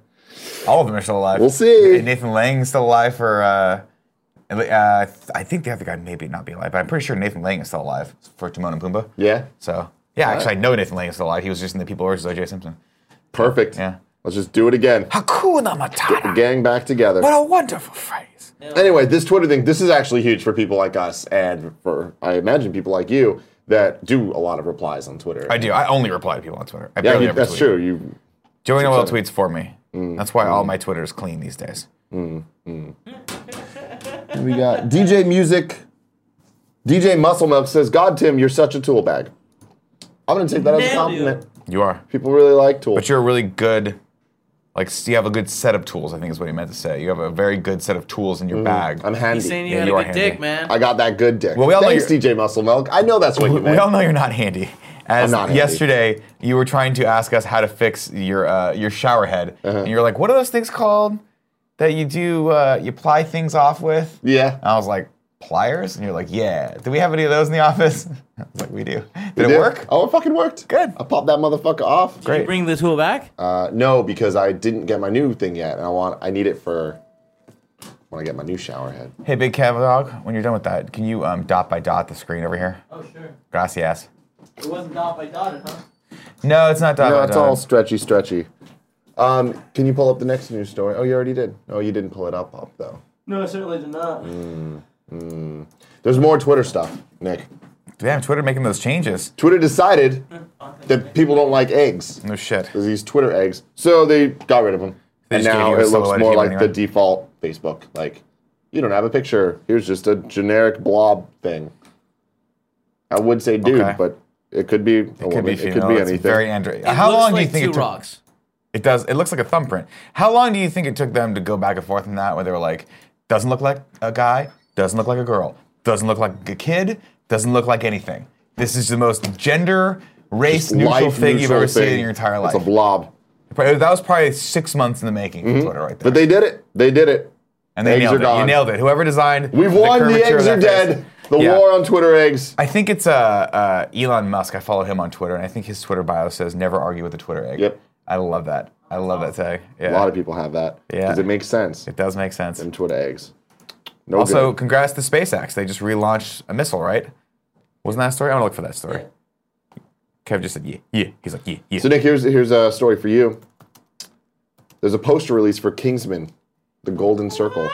S2: All of them are still alive.
S1: We'll see.
S2: And Nathan Lang's still alive for. Uh, at le- uh, I think the other guy may be not be alive, but I'm pretty sure Nathan Lang is still alive for Timon and Pumbaa.
S1: Yeah.
S2: So yeah, actually, I know Nathan Lane is still alive. He was just in the People vs. O.J. Simpson.
S1: Perfect.
S2: Yeah.
S1: Let's just do it again.
S2: Hakuna Matata.
S1: Gang back together.
S2: a wonderful phrase.
S1: Anyway, this Twitter thing, this is actually huge for people like us and for, I imagine, people like you that do a lot of replies on Twitter.
S2: I do. I only reply to people on Twitter. I
S1: yeah,
S2: barely
S1: you-
S2: ever
S1: that's
S2: tweet.
S1: true. Mm. You
S2: Joey Noel tweets for me. That's why all my Twitter is clean these days.
S1: We got DJ Music. DJ Muscle Milk says, God, Tim, you're such a tool bag. I'm going to take that as a
S3: Nailed you.
S1: compliment.
S2: You are,
S1: People really like tools.
S2: but you're a really good. Like you have a good set of tools. I think is what he meant to say. You have a very good set of tools
S1: Mm.
S2: in your bag.
S1: I'm handy.
S3: He's saying you
S2: Yeah,
S3: had
S2: you
S3: a
S2: are
S3: good
S2: handy.
S3: dick, man.
S1: I got that good dick.
S2: Well, we all know
S1: Thanks,
S2: you're-
S1: DJ Muscle Milk. I know that's what you
S2: we all
S1: meant.
S2: know you're not handy.
S1: I'm
S2: As
S1: not handy.
S2: yesterday, you were trying to ask us how to fix your uh, your shower head,
S1: Uh-huh.
S2: and you're like, "What are those things called that you do? Uh, you ply things off with?"
S1: Yeah.
S2: And I was like, "Pliers," and you're like, "Yeah." Do we have any of those in the office? I was like, "We do." Did it
S1: Yeah.
S2: work?
S1: Oh, it fucking worked.
S2: Good.
S1: I popped that motherfucker off.
S3: Did
S2: Great.
S3: you bring the tool back?
S1: Uh, no, because I didn't get my new thing yet, and I want I need it for when I get my new shower head.
S2: Hey, Big Catalog, when you're done with that, can you um, dot by dot the screen over here?
S5: Oh, sure.
S2: Gracias.
S5: It wasn't dot by dotted, huh?
S2: No, it's not dot
S1: No,
S2: by
S1: it's
S2: dot.
S1: all stretchy, stretchy. Um, can you pull up the next news story? Oh, you already did. Oh, you didn't pull it up, up though.
S5: No, I certainly did not.
S1: There's more Twitter stuff, Nick.
S2: Damn, Twitter making those changes.
S1: Twitter decided that people don't like eggs.
S2: No shit.
S1: There's these Twitter eggs, so they got rid of them,
S2: They
S1: and
S2: just gave
S1: now
S2: you a
S1: it looks
S2: silhouette
S1: more
S2: human
S1: like the
S2: anyway.
S1: default Facebook. Like, you don't have a picture. Here's just a generic blob thing. I would say dude,
S2: Okay.
S1: but it could be a woman. it could
S2: female.
S1: be
S2: It's
S1: anything.
S2: Very Android.
S3: It
S2: How
S3: looks
S2: long do
S3: like
S2: you think
S3: two
S2: it took?
S3: rocks?
S2: It does. It looks like a thumbprint. How long do you think it took them to go back and forth on that, where they were like, doesn't look like a guy, doesn't look like a girl, doesn't look like a kid, doesn't look like anything. This is the most gender, race neutral
S1: Life
S2: thing you've
S1: neutral
S2: ever seen
S1: thing.
S2: in your entire life.
S1: It's a blob.
S2: Probably- that was probably six months in the making for Twitter right there.
S1: Mm-hmm. But they did it. They did it.
S2: and they
S1: eggs
S2: nailed
S1: are
S2: it. You
S1: gone.
S2: nailed it. Whoever designed
S1: We've won. The
S2: curvature of
S1: eggs are
S2: that face-
S1: dead. The
S2: Yeah.
S1: war on Twitter eggs.
S2: I think it's uh, uh, Elon Musk. I follow him on Twitter, and I think his Twitter bio says "Never argue with a Twitter egg."
S1: Yep.
S2: I love that. I love that tag. Yeah.
S1: A lot of people have that
S2: Yeah.
S1: because it makes sense.
S2: It does make sense.
S1: Them Twitter eggs. No
S2: Also,
S1: good.
S2: congrats to SpaceX. They just relaunched a missile, right? Wasn't that a story? I want to look for that story. Kev just said, yeah, yeah. He's like, yeah, yeah.
S1: So Nick, here's here's a story for you. There's a poster release for Kingsman, The Golden Circle,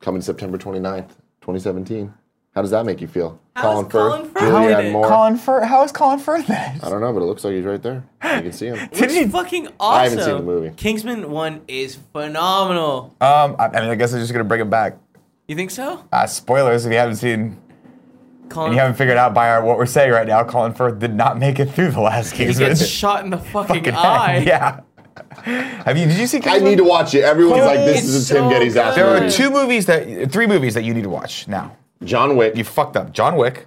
S1: coming September 29th, 2017. How does that make you feel?
S3: How is Colin Firth
S2: How,
S1: Julianne
S2: did-
S1: Moore.
S2: Colin Firth, how is Colin Firth that?
S1: I don't know, but it looks like he's right there. You can see him.
S3: It's
S2: Didn't he-
S3: fucking awesome.
S1: I haven't seen the movie.
S3: Kingsman One is phenomenal.
S2: Um, I, I mean, I guess I'm just going to bring it back.
S3: You think so?
S2: Uh, spoilers if you haven't seen and
S3: Colin
S2: you haven't figured out by our, what we're saying right now, Colin Firth did not make it through the last
S3: He
S2: Kingsman.
S3: gets shot in the fucking,
S2: Fucking
S3: eye.
S2: heck, Yeah. Have you? Did you see?
S1: I
S2: Kingsman?
S1: need to watch it. Everyone's like, this
S3: It's
S1: is a Tim
S3: so
S1: Getty's ass.
S3: good.
S2: There are
S1: movie.
S2: two movies that, three movies that you need to watch now.
S1: John Wick.
S2: You fucked up. John Wick,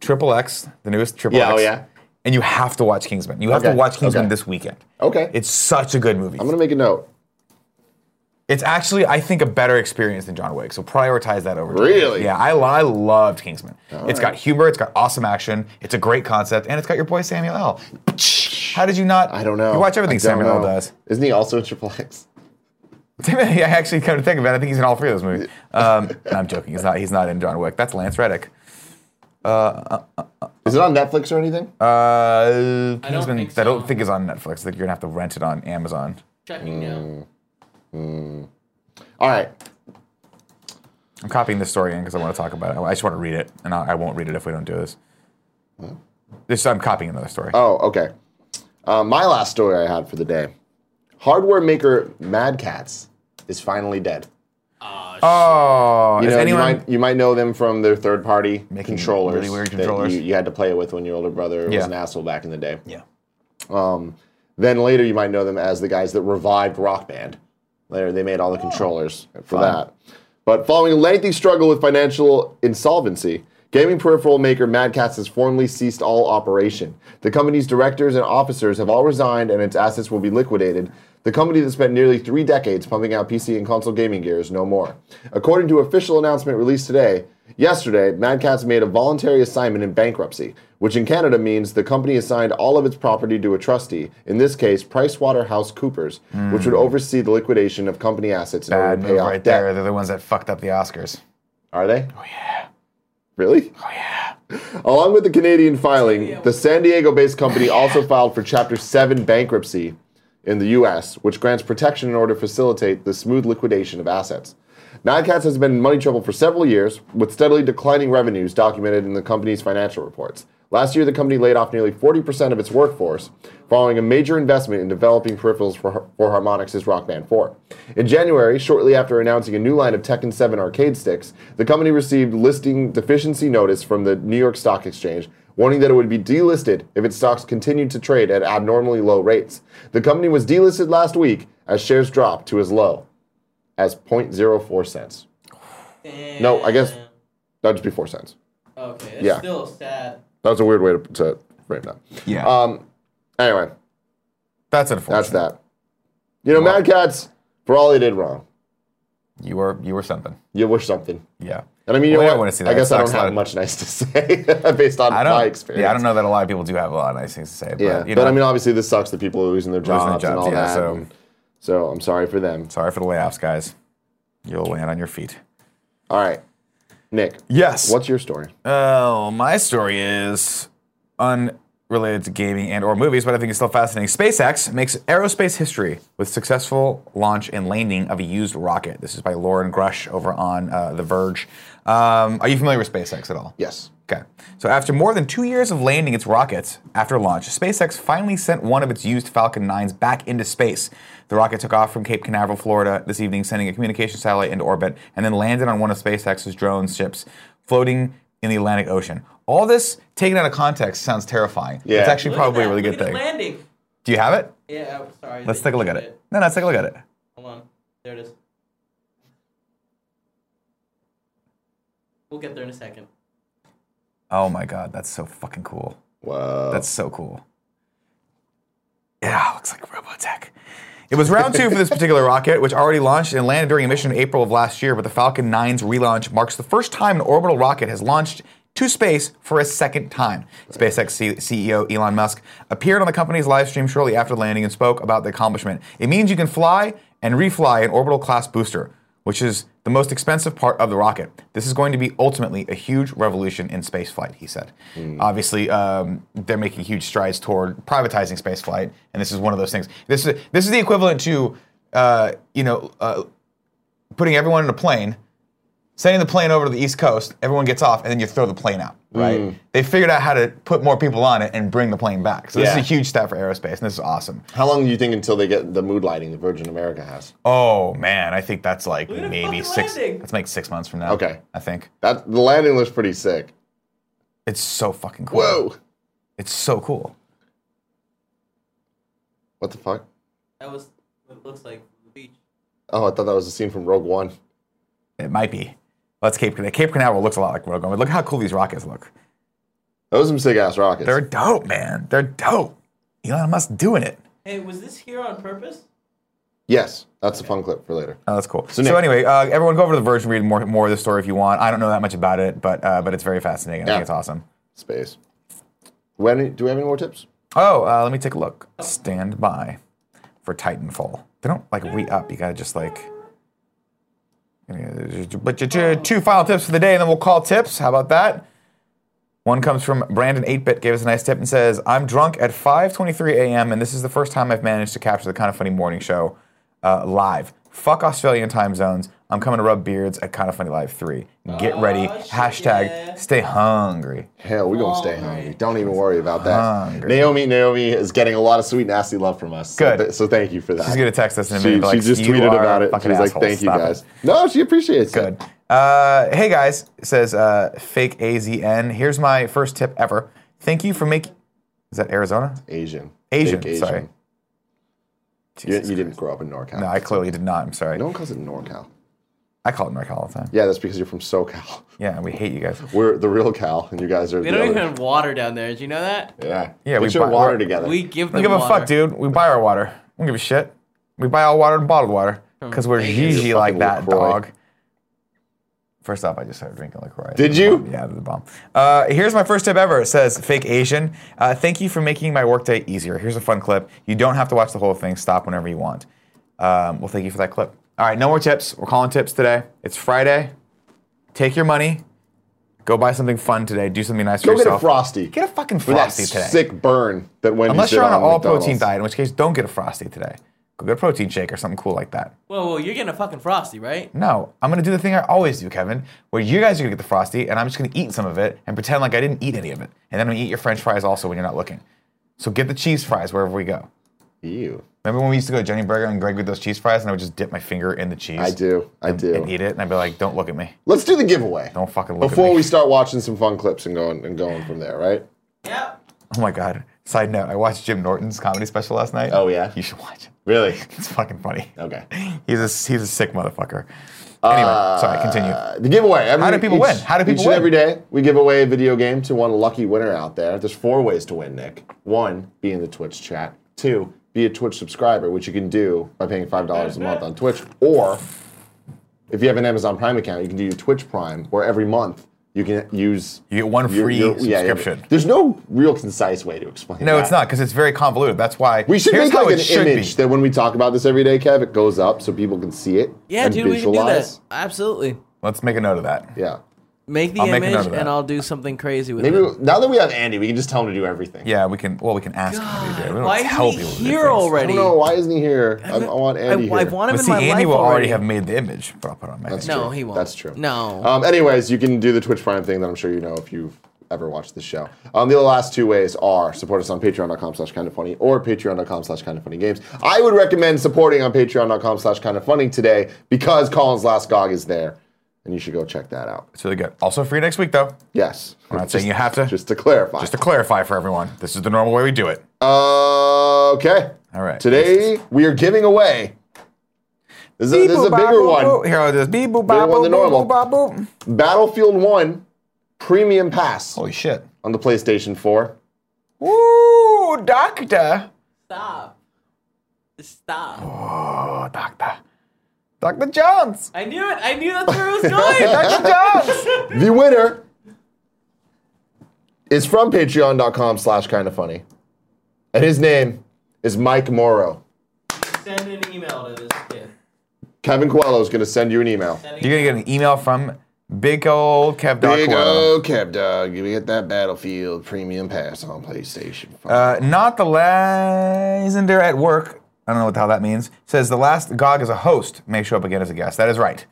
S2: Triple X, the newest Triple
S1: Yeah,
S2: X.
S1: oh, yeah.
S2: And you have to watch Kingsman. You have to
S1: Okay,
S2: watch Kingsman
S1: okay.
S2: this weekend.
S1: okay.
S2: It's such a good movie.
S1: I'm gonna make a note.
S2: it's actually, I think, a better experience than John Wick. So prioritize that over. John Wick.
S1: Really?
S2: Yeah, I, I loved Kingsman. It's
S1: right.
S2: got humor. It's got awesome action. It's a great concept, and it's got your boy Samuel L. How did you not?
S1: I don't know.
S2: You watch everything
S1: I don't
S2: Samuel L.
S1: know.
S2: does.
S1: Isn't he also a triple X?
S2: I actually come to think of it, I think he's in all three of those movies. Um, no, I'm joking. He's not. He's not in John Wick. That's Lance Reddick.
S1: Is it on Netflix or anything?
S2: Uh, Kingsman. I don't,
S5: don't
S2: think,
S5: think
S2: I don't
S5: so.
S2: think is on Netflix. I think you're gonna have to rent it on Amazon.
S5: Checking now.
S1: All right.
S2: I'm copying this story in because I want to talk about it. I just want to read it, and I, I won't read it if we don't do this. This I'm copying another story.
S1: Oh, okay. Uh, my last story I had for the day: hardware maker Mad Cats is finally dead.
S2: oh,
S1: You
S2: is
S1: know,
S2: anyone?
S1: you might you might know them from their third-party
S2: Making
S1: controllers.
S2: really weird
S1: that
S2: controllers.
S1: You, you had to play it with when your older brother
S2: Yeah.
S1: was an asshole back in the day. Um,
S2: yeah.
S1: Then later, you might know them as the guys that revived Rock Band. Later, they made all
S2: Oh.
S1: the controllers for that. But following a lengthy struggle with financial insolvency, gaming peripheral maker Mad Cats has formally ceased all operation. The company's directors and officers have all resigned, and its assets will be liquidated. The company that spent nearly three decades pumping out PC and console gaming gear is no more. According to official announcement released today, yesterday, Mad Cats made a voluntary assignment in bankruptcy, which in Canada means the company assigned all of its property to a trustee, in this case, PricewaterhouseCoopers, which would oversee the liquidation of company assets in
S2: Hmm. Bad
S1: order to pay
S2: move
S1: off
S2: right
S1: debt.
S2: there. They're the ones that fucked up the Oscars.
S1: Are they? Oh yeah. Really? Oh yeah. Along with the Canadian filing, the San Diego-based company also filed for Chapter 7 bankruptcy in the U.S., which grants protection in order to facilitate the smooth liquidation of assets. Nadcats has been in money trouble for several years, with steadily declining revenues documented in the company's financial reports. Last year, the company laid off nearly 40% of its workforce following a major investment in developing peripherals for, for Harmonix's Rock Band 4. In January, shortly after announcing a new line of Tekken 7 arcade sticks, the company received listing deficiency notice from the New York Stock Exchange, warning that it would be delisted if its stocks continued to trade at abnormally low rates. The company was delisted last week as shares dropped to as low as 0.04 cents. Mm. No, I guess that'd just be 4 cents.
S5: Okay, it's
S1: Yeah.
S5: still sad.
S1: That was a weird way to, to frame that.
S2: Yeah.
S1: Um, anyway,
S2: Uh, that's unfortunate.
S1: that's that. You know, Mad Cats, for all they did wrong,
S2: You were you were something.
S1: you wish something.
S2: Yeah.
S1: And I mean, you
S2: Well,
S1: know
S2: I
S1: what?
S2: wanna see that.
S1: I guess
S2: It
S1: I don't
S2: sucks a
S1: have
S2: lot.
S1: much nice to say based on
S2: I don't.
S1: my experience.
S2: Yeah, I don't know that a lot of people do have a lot of nice things to say. But,
S1: Yeah,
S2: you
S1: but
S2: know,
S1: I mean, obviously, this sucks that people are losing their
S2: their
S1: jobs, and
S2: jobs,
S1: all
S2: yeah,
S1: that.
S2: so-
S1: and so I'm sorry for them.
S2: sorry for the layoffs, guys. You'll land on your feet.
S1: All right, Nick.
S2: Yes.
S1: What's your story?
S2: Oh, my story is unrelated to gaming and or movies, but I think it's still fascinating. SpaceX makes aerospace history with successful launch and landing of a used rocket. This is by Lauren Grush over on uh, The Verge. Um, are you familiar with SpaceX at all?
S1: Yes.
S2: Okay. So after more than two years of landing its rockets after launch, SpaceX finally sent one of its used Falcon 9s back into space. The rocket took off from Cape Canaveral, Florida this evening, sending a communication satellite into orbit, and then landed on one of SpaceX's drone ships floating in the Atlantic Ocean. All this taken out of context sounds terrifying.
S1: Yeah.
S2: It's actually
S5: Look at
S2: probably
S5: that,
S2: a really
S5: look
S2: good
S5: at it
S2: thing.
S5: Landing.
S2: Do you have it?
S5: Yeah, I'm sorry.
S2: Let's
S5: they
S2: take a look at
S5: zoomed
S2: it. No, no, let's take a look at it.
S5: Hold on. There it is. We'll get there in a second.
S2: Oh my god, that's so fucking cool.
S1: Wow.
S2: That's so cool. Yeah, looks like Robotech. It was round two for this particular rocket, which already launched and landed during a mission in April of last year, but the Falcon 9's relaunch marks the first time an orbital rocket has launched to space for a second time. SpaceX C- CEO Elon Musk appeared on the company's live stream shortly after landing and spoke about the accomplishment. It means you can fly and refly an orbital class booster, which is the most expensive part of the rocket. This is going to be ultimately a huge revolution in spaceflight, he said. Obviously, um, they're making huge strides toward privatizing spaceflight, and this is one of those things. This is this is the equivalent to, uh, you know, uh, putting everyone in a plane, sending the plane over to the East Coast. Everyone gets off, and then you throw the plane out. Right? They figured out how to put more people on it and bring the plane back. So this
S1: Yeah.
S2: is a huge step for aerospace, and this is awesome.
S1: How long do you think until they get the mood lighting that Virgin America has?
S2: Oh man, I think that's like
S5: at the
S2: maybe
S5: fucking
S2: six.
S5: landing.
S2: That's like six months from now.
S1: Okay.
S2: I think.
S1: That the landing looks pretty sick.
S2: It's so fucking cool.
S1: Whoa.
S2: It's so cool.
S1: What the fuck?
S5: That was what it looks like from the beach.
S1: Oh, I thought that was a scene from Rogue One.
S2: It might be. Let's Cape Canaveral. Cape Canaveral looks a lot like Rogue One, but look how cool these rockets look.
S1: Those are some sick ass rockets.
S2: They're dope, man. They're dope. Elon Musk doing it.
S5: Hey, was this here on purpose?
S1: yes, that's a fun clip for later.
S2: Oh, that's cool. So,
S1: Nick-
S2: anyway, uh, everyone go over to the Verge and read more, more of the story if you want. I don't know that much about it, but uh, but it's very fascinating. I
S1: Yeah.
S2: think it's awesome.
S1: Space. When do we have any more tips?
S2: Oh, uh, let me take a look. Stand by for Titanfall. They don't like re up. You gotta just like. But your two, two final tips for the day, and then we'll call tips. How about that? One comes from Brandon 8-bit, gave us a nice tip and says, I'm drunk at 5.23 a.m. and this is the first time I've managed to capture the Kind of Funny morning show uh, live. Fuck Australian time zones. I'm coming to rub beards at Kind of Funny Live 3. Get ready.
S5: Oh, shit,
S2: Hashtag
S5: yeah.
S2: stay hungry.
S1: Hell, we're gonna
S5: Oh,
S1: stay
S5: right.
S1: hungry. Don't even worry about that.
S2: Hungry.
S1: Naomi, Naomi is getting a lot of sweet, nasty love from us. So
S2: Good.
S1: th- So, thank you for that.
S2: She's going to text us in a minute.
S1: She,
S2: be like,
S1: she just
S2: "You
S1: tweeted
S2: are
S1: about it.
S2: fucking
S1: She's like,
S2: assholes.
S1: "Thank you
S2: Stop it."
S1: guys." No, she appreciates it.
S2: Good. Uh, hey guys, says uh, fake AZN. Here's my first tip ever. Thank you for making. Is that Arizona?
S1: Asian.
S2: Asian,
S1: Big
S2: sorry.
S1: You,
S2: Jesus
S1: you didn't grow up in NorCal.
S2: No, I clearly did not. I'm sorry.
S1: no one calls it NorCal.
S2: I call it NorCal all the time.
S1: Yeah, that's because you're from SoCal.
S2: Yeah, we hate you guys.
S1: We're the real Cal, and you guys are.
S3: We
S1: the
S3: don't even
S1: other.
S3: have water down there. Did you know that?
S1: Yeah.
S2: Yeah,
S1: we
S2: we
S1: should
S2: buy-
S1: water
S2: we're-
S1: together.
S3: We give
S2: We
S3: them
S2: don't give a
S3: water.
S2: fuck, dude. We buy our water. We don't give a shit. We buy all water and bottled water because we're
S3: Vegas.
S2: Gigi
S1: You're
S2: like
S1: fucking
S2: that,
S1: LaCroix.
S2: dog. First off, I just started drinking LaCroix.
S1: Did
S2: That's a
S1: you?
S2: bomb. Yeah, that's a bomb. Uh, here's my first tip ever. It says, fake Asian. Uh, thank you for making my workday easier. Here's a fun clip. You don't have to watch the whole thing. Stop whenever you want. Um, well, thank you for that clip. All right, no more tips. We're calling tips today. It's Friday. Take your money. Go buy something fun today. Do something nice for
S1: Go get a
S2: yourself.
S1: frosty.
S2: Get a fucking
S1: for that
S2: frosty today.
S1: sick burn that Wendy's
S2: Unless
S1: did
S2: you're on an
S1: on
S2: all
S1: McDonald's.
S2: protein diet, in which case don't get a frosty today. Go get a protein shake or something cool like that.
S3: Whoa, whoa, you're getting a fucking frosty, right?
S2: No, I'm gonna do the thing I always do, Kevin, where you guys are gonna get the frosty and I'm just gonna eat some of it and pretend like I didn't eat any of it. And then I'm gonna eat your french fries also when you're not looking. So get the cheese fries wherever we go.
S1: Ew.
S2: Remember when we used to go to Jenny Burger and Greg would get those cheese fries and I would just dip my finger in the cheese?
S1: I do. I
S2: And
S1: do.
S2: eat it and I'd be like, don't look at me.
S1: Let's do the giveaway
S2: Don't fucking look at
S1: before
S2: me.
S1: we start watching some fun clips and going and going from there, right?
S5: Yeah.
S2: oh my God. Side note, I watched Jim Norton's comedy special last night.
S1: Oh, yeah?
S2: You should watch it.
S1: Really?
S2: It's fucking funny.
S1: Okay.
S2: He's a he's a sick motherfucker. Anyway, sorry, continue.
S1: Uh, the giveaway. Every,
S2: How do people
S1: each-
S2: win? How do people
S1: each and
S2: win?
S1: Every day we give away a video game to one lucky winner out there. There's four ways to win, Nick. One, be in the Twitch chat. Two, be a Twitch subscriber, which you can do by paying five dollars a month on Twitch. Or if you have an Amazon Prime account, you can do your Twitch Prime, where every month you can use
S2: You get one
S1: your-
S2: free
S1: your- yeah, yeah.
S2: subscription.
S1: There's no real concise way to explain.
S2: No,
S1: that.
S2: it's not because it's very convoluted. That's why
S1: We should
S2: here's
S1: make
S2: how
S1: like
S2: it
S1: an
S2: should
S1: image
S2: Be.
S1: that when we talk about this every day, Kev, it goes up so people can see it.
S3: Yeah,
S1: and
S3: dude, we can do
S1: visualize.
S3: that. Absolutely.
S2: Let's make a note of that.
S1: Yeah.
S3: Make the
S2: I'll make a
S3: image,
S2: note of that.
S3: and I'll do something crazy with
S1: Maybe
S3: it.
S1: we- now that we have Andy, we can just tell him to do everything.
S2: Yeah, we can. Well, we can ask. him to do it. We don't
S3: why
S2: tell
S3: isn't he
S2: people to do
S3: here
S2: things.
S1: I
S3: already?
S1: don't know why isn't he here. I, I want
S3: I,
S1: Andy
S3: I
S1: here.
S3: want
S2: But
S3: him in
S2: see,
S3: my
S2: Andy
S3: life
S2: will already
S3: already.
S2: have made the image, but I'll put it on my.
S1: That's
S2: thing.
S3: No,
S1: true.
S3: he won't.
S1: That's true.
S3: No.
S1: Um, anyways, you can do the Twitch Prime thing that I'm sure you know if you've ever watch this show. Um, the other last two ways are support us on patreon.com slash kind of funny or patreon.com slash kind of funny games. I would recommend supporting on patreon.com slash kind of funny today because Colin's Last Gog is there and you should go check that out.
S2: It's really good. Also free next week though.
S1: Yes.
S2: I'm not saying you have to. Just,
S1: Just to clarify.
S2: to clarify for everyone, this is the normal way we do it.
S1: Uh, okay.
S2: All right.
S1: Today we are giving away. This is a, this is a bigger one.
S2: Here it is. Beep boop
S1: Bigger
S2: bop
S1: one
S2: boop
S1: than normal.
S2: boop bop boop.
S1: Battlefield One Premium Pass
S2: Holy shit.
S1: on the PlayStation 4.
S2: Ooh, doctor.
S5: Stop. Stop.
S2: Oh, doctor. Doctor Jones.
S5: I knew it. I knew that's where it was going.
S2: Doctor Jones.
S1: The winner is from patreon.com slash kind of funny. And his name is Mike Morrow.
S5: Send an email to this kid.
S1: Kevin Coelho is going to send you an email.
S2: You're gonna get an email from big old Kev Doc
S1: Big
S2: Coelho.
S1: O Kev Dog, you get that Battlefield Premium Pass on PlayStation 5.
S2: Uh, not the Lysander at work. I don't know what the hell that means. Says the last Gog as a host may show up again as a guest. That is right.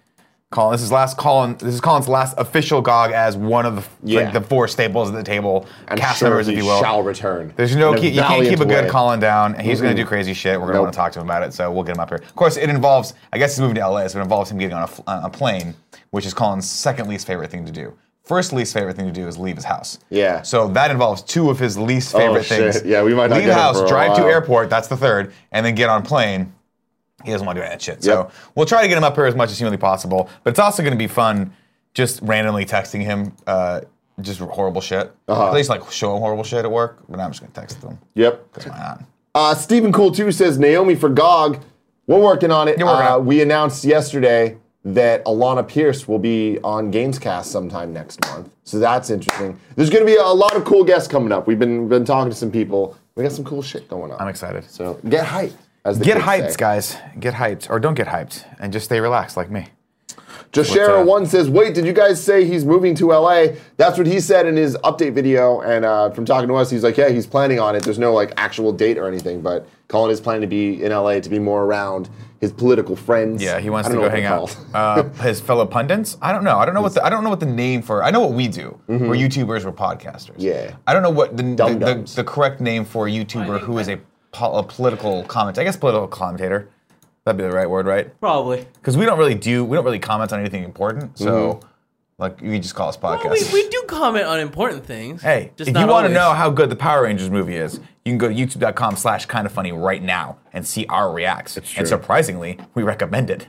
S2: Colin, this is last Colin. This is Colin's last official Gog as one of the
S1: Yeah.
S2: like the four staples at the table,
S1: I'm
S2: cast
S1: sure
S2: members,
S1: he
S2: if you will.
S1: shall return.
S2: There's no
S1: in
S2: keep, you can't keep a
S1: valiant
S2: good
S1: way.
S2: Colin down. He's going to do crazy shit. We're going to
S1: Nope.
S2: want to talk to him about it, so we'll get him up here. Of course, it involves. I guess he's moving to LA, so it involves him getting on a, fl- on a plane, which is Colin's second least favorite thing to do. First least favorite thing to do is leave his house.
S1: Yeah. Oh,
S2: So that involves two of his least favorite
S1: shit.
S2: things.
S1: Yeah, we might not
S2: leave
S1: get him
S2: house,
S1: for a
S2: drive to
S1: while.
S2: airport. That's the third, and then get on plane. He doesn't want to do that shit.
S1: Yep.
S2: So we'll try to get him up here as much as humanly possible. But it's also going to be fun, just randomly texting him. Uh, just horrible shit. At least like show him horrible shit at work, but I'm just gonna text him.
S1: Yep.
S2: Why not?
S1: Uh, Stephen Cool too says Naomi for Gog. We're working on it.
S2: You're working
S1: Uh,
S2: on it.
S1: We announced yesterday that Alana Pierce will be on Gamescast sometime next month. So that's interesting. There's going to be a lot of cool guests coming up. We've been been talking to some people. We got some cool shit going on.
S2: I'm excited. So
S1: So get hyped. As the
S2: get
S1: kids
S2: hyped,
S1: say.
S2: guys. Get hyped, or don't get hyped, and just stay relaxed like me.
S1: Jashara
S2: up?
S1: one says, "Wait, did you guys say he's moving to LA?" That's what he said in his update video. And uh, from talking to us, he's like, "Yeah, he's planning on it. There's no like actual date or anything, but Colin is planning to be in LA to be more around his political friends."
S2: Yeah, he wants
S1: I
S2: to
S1: don't
S2: go
S1: know what
S2: hang
S1: they're
S2: out.
S1: called.
S2: Uh, his fellow pundits. I don't know. I don't know what the, I don't know what the name for. I know what we do. We're YouTubers. We're podcasters.
S1: Mm-hmm. Yeah.
S2: I don't know what the the, the,
S1: Dum-dums.
S2: the correct name for a YouTuber who is a, po- a political comment. I guess political commentator. That'd be the right word, right?
S3: Probably.
S2: Because we don't really do we don't really comment on anything important. So like you could just call us
S3: Well,
S2: podcasters.
S3: we, we do comment on important things.
S2: Hey,
S3: just
S2: if
S3: not
S2: you want to
S3: always.
S2: know how good the Power Rangers movie is, you can go to youtube.com slash kind of funny right now and see our reacts.
S1: true.
S2: And surprisingly, we recommend it.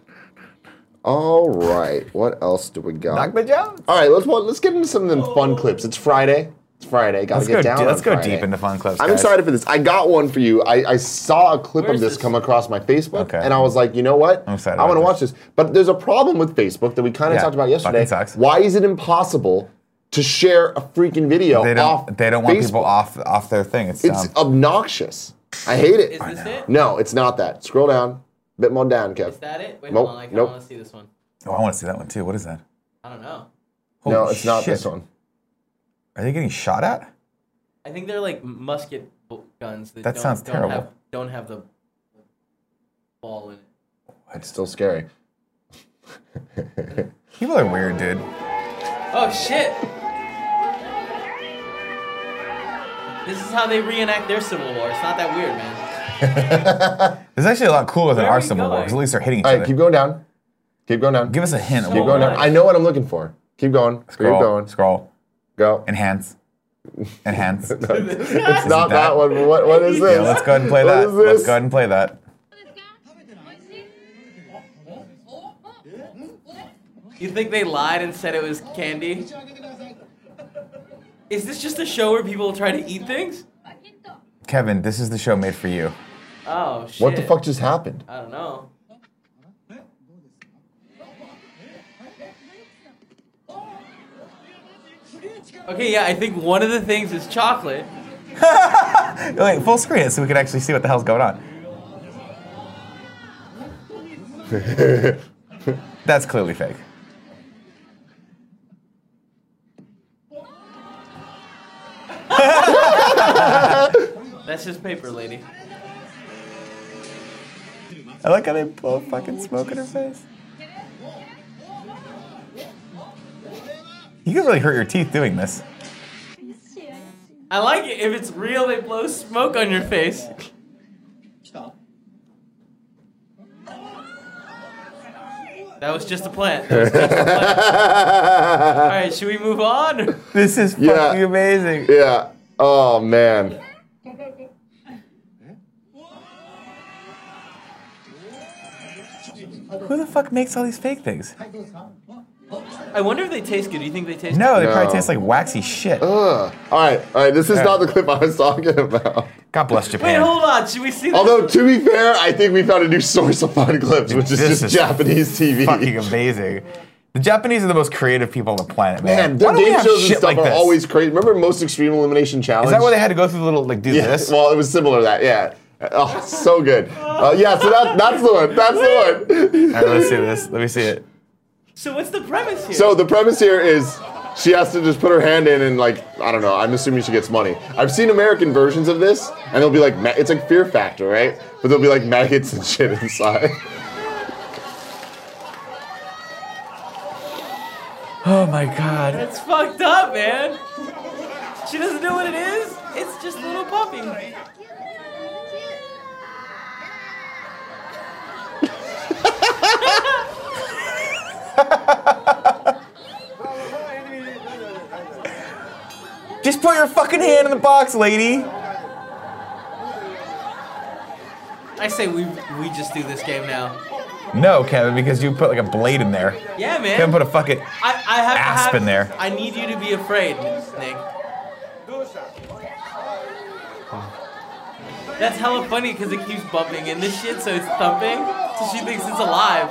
S1: All right, what else do we got?
S2: Dr. Jones.
S1: All right, let's well, let's get into some of them fun clips. It's Friday. It's Friday. Gotta
S2: Let's
S1: get
S2: go,
S1: down.
S2: de-
S1: on
S2: let's go
S1: Friday.
S2: deep into fun clips.
S1: I'm
S2: guys.
S1: excited for this. I got one for you. I, I saw a clip
S3: Where
S1: of
S3: is
S1: this,
S3: this?
S1: come across my Facebook,
S2: Okay.
S1: and I was like, you know what?
S2: I'm excited
S1: I want to
S2: about
S1: watch this. But there's a problem with Facebook that we kind of
S2: Yeah,
S1: talked about yesterday.
S2: fucking sucks.
S1: Why is it impossible to share a freaking video
S2: They
S1: off
S2: don't, they don't want
S1: Facebook?
S2: people off off their thing. It's, um,
S1: It's
S2: dumb.
S1: obnoxious. I hate it.
S5: Is this it?
S1: No, it's not that. Scroll down. Bit more down, Kev.
S5: Is that it? Wait,
S1: Nope,
S5: hold on. I kind
S1: nope.
S5: of want to see this one.
S2: oh, I want to see that one too. What is that?
S5: I don't know.
S1: no,
S2: Holy
S1: it's not
S2: shit.
S1: this one.
S2: Are they getting shot at?
S5: I think they're like musket bu- guns that,
S2: That
S5: don't,
S2: sounds
S5: don't
S2: terrible.
S5: Have, don't have the ball in it.
S1: It's still scary.
S2: People are weird, dude.
S5: Oh shit! This is how they reenact their Civil War. It's not that weird, man.
S2: It's actually a lot cooler than
S5: Where are
S2: our
S5: we
S2: Civil War
S5: going?
S2: because at least they're hitting each
S1: All
S2: other.
S1: right, keep going down. Keep going down.
S2: Give us a hint. of
S5: Keep
S2: what-
S1: keep going down.
S5: Alright.
S1: I know what I'm looking for. Keep going.
S2: Scroll,
S1: Keep going.
S2: Scroll.
S1: Go.
S2: Enhance. Enhance.
S1: It's not
S2: that-
S1: that one. What, what is this?
S2: Yeah, let's go ahead and play
S1: What
S2: that.
S1: is
S2: Let's
S1: this?
S2: go ahead and play that.
S5: You think they lied and said it was candy? Is this just a show where people try to eat things?
S2: Kevin, this is the show made for you.
S5: Oh shit!
S1: What the fuck just happened?
S5: I don't know. Okay, yeah, I think one of the things is chocolate.
S2: Wait, full screen it so we can actually see what the hell's going on. That's clearly fake.
S5: That's just paper, lady.
S2: I like how they blow fucking smoke in her face. You could really hurt your teeth doing this.
S3: I like it if it's real. They blow smoke on your face.
S6: Stop.
S3: That was just a plant. That was just a plant. All right, should we move on?
S2: This is
S1: Yeah.
S2: fucking amazing.
S1: yeah. Oh man.
S2: Who the fuck makes all these fake things?
S3: I wonder if they taste good. Do you think they taste?
S2: No, they
S1: No. Uh.
S2: probably taste like waxy shit.
S1: Ugh. All right, all right. This is not the clip I was talking about.
S2: God bless
S3: Good? Wait,
S2: Japan.
S3: hold on. Should we see? This?
S1: Although to be fair, I think we found a new source of fun clips, which is
S2: This
S1: just
S2: is
S1: Japanese TV.
S2: fucking amazing. The Japanese are the most creative people on the planet, man.
S1: Man, their
S2: Why don't we
S1: game
S2: have
S1: shows and
S2: shit
S1: stuff
S2: like
S1: are
S2: this?
S1: always crazy. Remember Most Extreme Elimination Challenge?
S2: Is that why they had to go through the little like do
S1: Yes.
S2: this?
S1: Well, it was similar to that. Yeah. Oh, so good. Uh, yeah. So that, that's the one. That's the one.
S2: All right, let's see this. Let me see it.
S3: So what's the premise here?
S1: So the premise here is she has to just put her hand in and like I don't know. I'm assuming she gets money. I've seen American versions of this, and they'll be like ma- it's like Fear Factor, right? But they'll be like maggots and shit inside.
S2: Oh my god.
S3: That's fucked up, man. She doesn't know what it is. It's just little puppy.
S2: Just put your fucking hand in the box, lady.
S3: I say we we just do this game now.
S2: No, Kevin, because you put like a blade in there.
S3: Yeah,
S2: Kevin
S3: man.
S2: put a fucking.
S3: I, I have to
S2: asp
S3: have-
S2: in there.
S3: I need you to be afraid, Nick. That's hella funny because it keeps bumping in this shit, so it's thumping, so she thinks it's alive.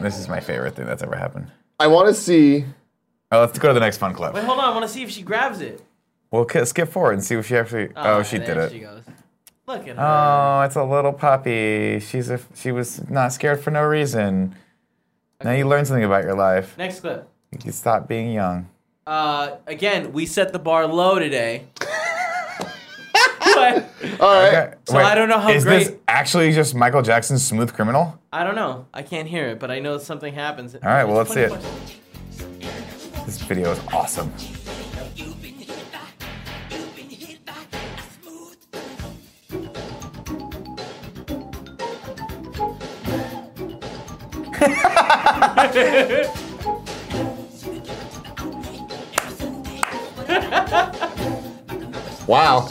S2: This is my favorite thing that's ever happened.
S1: I want to see.
S2: Oh, let's go to the next fun clip.
S3: Wait, hold on. I want to see if she grabs it.
S2: We'll k- skip forward and see if she actually. Oh, she
S3: there
S2: did
S3: She
S2: it.
S3: goes. Look at her.
S2: Oh, it's a little puppy. She's a. She was not scared for no reason. Now you learn something about your life.
S3: Next clip.
S2: You can stop being young.
S3: Uh, again, we set the bar low today. but
S1: All right.
S2: Okay,
S3: So I don't know how
S2: is this
S3: great-
S2: actually just Michael Jackson's Smooth Criminal?
S3: I don't know. I can't hear it, but I know something happens. All
S2: right, well, let's see it. This video is awesome.
S1: Wow.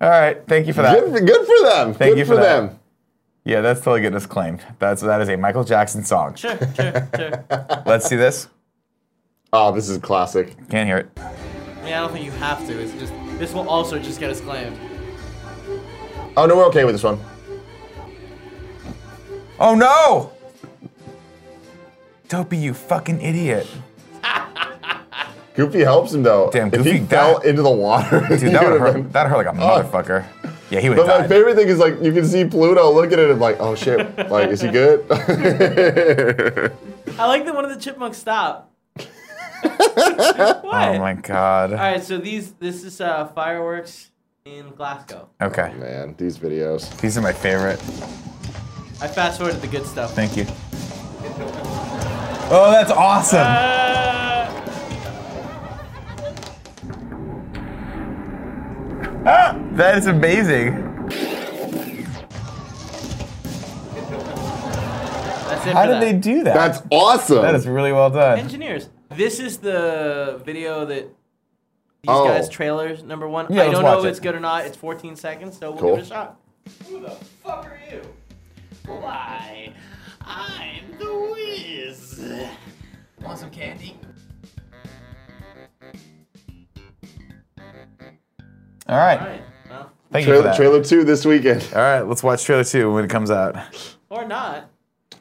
S2: All right, thank you for that.
S1: Good, for- good for them.
S2: Thank
S1: good
S2: you for that.
S1: them.
S2: Yeah, that's totally getting us claimed. That's that is a Michael Jackson song.
S3: Sure, sure, sure.
S2: Let's see this.
S1: Oh, this is a classic.
S2: Can't hear it.
S3: I mean, I don't think you have to. It's just this will also just get us claimed.
S1: Oh no, we're okay with this one.
S2: Oh no! Dopey, you fucking idiot.
S1: Goofy helps him though.
S2: Damn,
S1: if he
S2: Goofy
S1: fell
S2: died.
S1: into the water, he
S2: Dude, that would
S1: would've
S2: hurt.
S1: been-
S2: That hurt like a motherfucker. Yeah, he would
S1: But my
S2: have died.
S1: favorite thing is like you can see Pluto looking at him like, oh shit, like is he good?
S3: I like that one of the chipmunks stop. what?
S2: Oh my
S3: All
S2: god.
S3: right, so these this is uh, fireworks in Glasgow.
S2: Okay,
S1: Man, these videos.
S2: these are my favorite.
S3: I fast forwarded the good stuff.
S2: Thank you. Oh, that's awesome.
S3: Uh,
S2: That is amazing.
S3: that's it.
S2: How
S3: for
S2: did
S3: that.
S2: they do that?
S1: That's awesome.
S2: that is really well done.
S3: engineers. This is the video that these
S1: Oh.
S3: guys trailers number one.
S2: Yeah,
S3: I
S2: let's
S3: don't know
S2: watch
S3: if
S2: it.
S3: it's good or not. It's 14 seconds, so we'll
S1: Cool.
S3: give it a shot.
S5: Who the fuck are you?
S6: Why? I'm the Wiz.
S5: Want some candy?
S2: All
S3: All
S2: right,
S3: right, well,
S2: thank you for
S1: trailer,
S2: that.
S1: trailer two this weekend.
S2: All right, let's watch trailer two when it comes out.
S3: or not.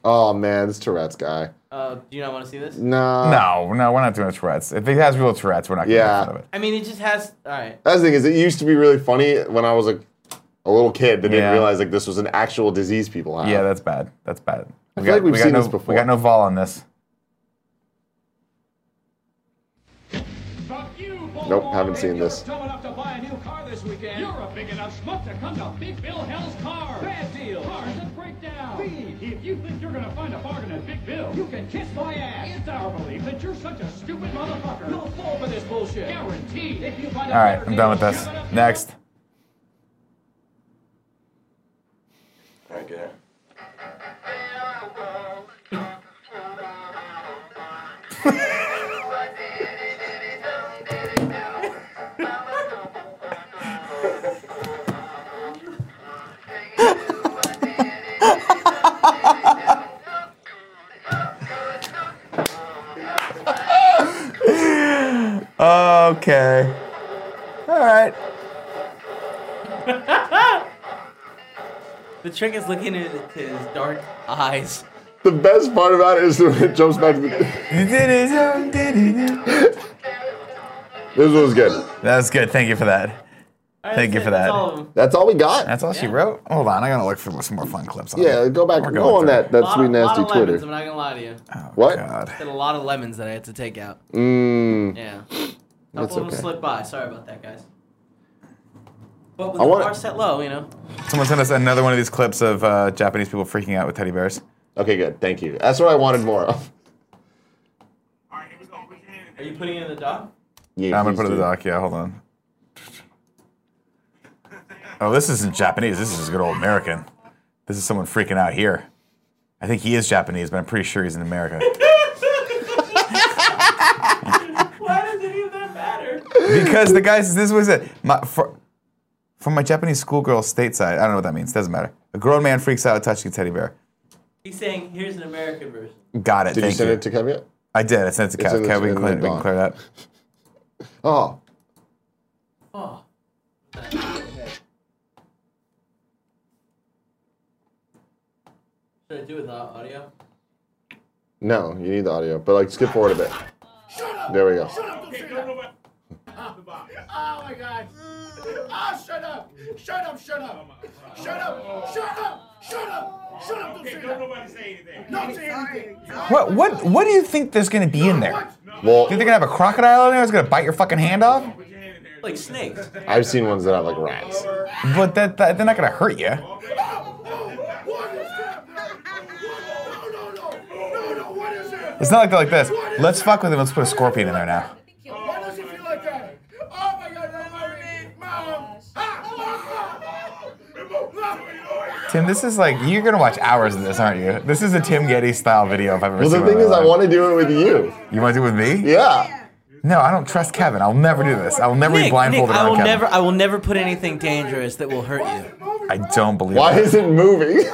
S1: Oh man, this Tourette's guy.
S3: Uh, do you not want to see this?
S1: Nah.
S2: No, no, we're not doing Tourette's. If it has real Tourette's, we're not going to
S1: Yeah.
S2: make fun of it.
S3: I mean, it just has. All right.
S1: That's the thing is, it used to be really funny when I was like a little kid that didn't
S2: Yeah.
S1: realize like this was an actual disease people have.
S2: Yeah, that's bad. That's bad. We
S1: I feel like we've
S2: we got
S1: seen
S2: no,
S1: this before.
S2: We got no vol on this.
S1: Nope, haven't seen this.
S7: Dumb enough to buy a new car this weekend. You're a big enough schmuck to come to Big Bill Hell's car. Bad deal. Cars at great Sit down. Leave. If you think you're gonna find a bargain at Big Bill, you can kiss my ass. It's our belief that you're such a stupid motherfucker. You'll fall for this bullshit. Guaranteed. If you find a
S2: All right,
S7: better
S2: I'm done with
S7: deal,
S2: this.
S7: shove it up your
S2: Next.
S8: Okay.
S2: Okay. All right.
S3: The trick is looking at his dark eyes.
S1: The best part about it is when it jumps back to the.
S2: You did it, you did it.
S1: This was good.
S2: That was good. Thank you for that. Thank you for that.
S3: That's all of them.
S1: That's all we got.
S2: That's all she wrote. Hold on, I gotta look for some more fun clips. On
S1: yeah,
S2: it.
S1: go back.
S2: We're
S1: Go on
S2: through.
S1: that, that
S3: Lot
S1: sweet
S3: of-
S1: nasty
S3: lot of
S1: Twitter.
S3: Lemons, I'm not gonna lie to you.
S2: Oh,
S1: What?
S2: God.
S3: Did a lot of lemons that I had to take out.
S1: Mm.
S3: Yeah. Couple
S1: That's
S3: of them
S1: okay.
S3: slipped by. Sorry about that, guys. But with
S1: I
S3: the
S1: wanna-
S3: bar set low, you know.
S2: Someone sent us another one of these clips of uh, Japanese people freaking out with teddy bears.
S1: Okay, good. Thank you. That's what I wanted more of.
S3: Are you putting it in the dock?
S1: Yeah,
S2: I'm gonna
S1: please
S2: put it in
S1: do.
S2: the doc. Yeah, hold on. Oh, this isn't Japanese. This is good old American. This is someone freaking out here. I think he is Japanese, but I'm pretty sure he's in America.
S3: Why does any of that matter?
S2: because the guys, this was it. My, for, from my Japanese schoolgirl stateside, I don't know what that means. Doesn't matter. A grown man freaks out touching a teddy bear.
S3: He's saying here's an American version.
S2: Got it.
S1: Did
S2: thank
S1: you send it to Kev yet?
S2: I did. I sent it to
S1: It's
S2: Kev.
S1: in the-
S2: Kev, we
S1: in
S2: can,
S1: the
S2: clear, we can
S1: doc.
S2: clear that.
S1: Oh,
S3: Oh. Should I do it without audio?
S1: no, you need the audio, but like skip forward a bit. There we go.
S7: Oh my god. Oh, shut up. Shut up, shut up. Shut up. Shut up. Shut up. Shut up. Don't say nobody say anything. Don't say anything.
S2: What what what do you think there's gonna be in there?
S7: What?
S2: You think
S1: Well,
S2: they're gonna have a crocodile in there that's gonna bite your fucking hand off?
S3: Like snakes.
S1: I've seen ones that have like rats.
S2: But that, that they're not gonna hurt you. It's not like they're like this. Let's fuck with him. Let's put a scorpion in there now.
S7: Why does it feel like that? Oh my god, that's my name. Mom. Ah, mom.
S2: Tim, this is like you're gonna watch hours of this, aren't you? This is a Tim Getty style video if I've ever
S1: Well,
S2: seen
S1: the
S2: one
S1: thing
S2: in
S1: is,
S2: my
S1: I
S2: life.
S1: want to do it with you.
S2: You want to do it with me?
S1: Yeah.
S2: No, I don't trust Kevin. I'll never do this. I will never be
S3: Nick, Nick,
S2: blindfolded
S3: I
S2: around
S3: will
S2: Kevin.
S3: never I will never put anything dangerous that will hurt you.
S2: I don't believe
S1: Why
S2: it.
S1: is it moving?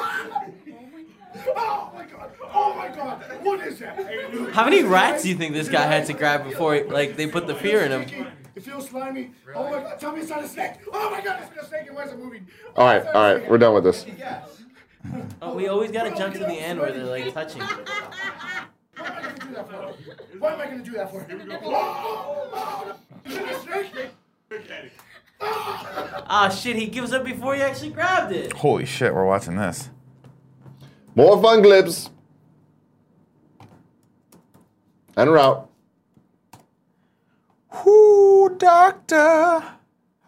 S7: Oh my god. Oh my god. What is that?
S3: How many rats do you think this guy had to grab before like they put the fear in him?
S7: It feels slimy. Oh my god, tell me it's not a snake. Oh my god, it's not a snake. It wasn't moving.
S1: all right, all right, we're done with this.
S3: Oh, we always gotta jump to the end where they're like touching.
S7: Why am I gonna do that for? Why am I gonna do that for? Oh, is it a snake?
S3: Ah shit, he gives up before he actually grabbed it.
S2: Holy shit, we're watching this.
S1: More fun clips. And we're out.
S2: Whoo, doctor.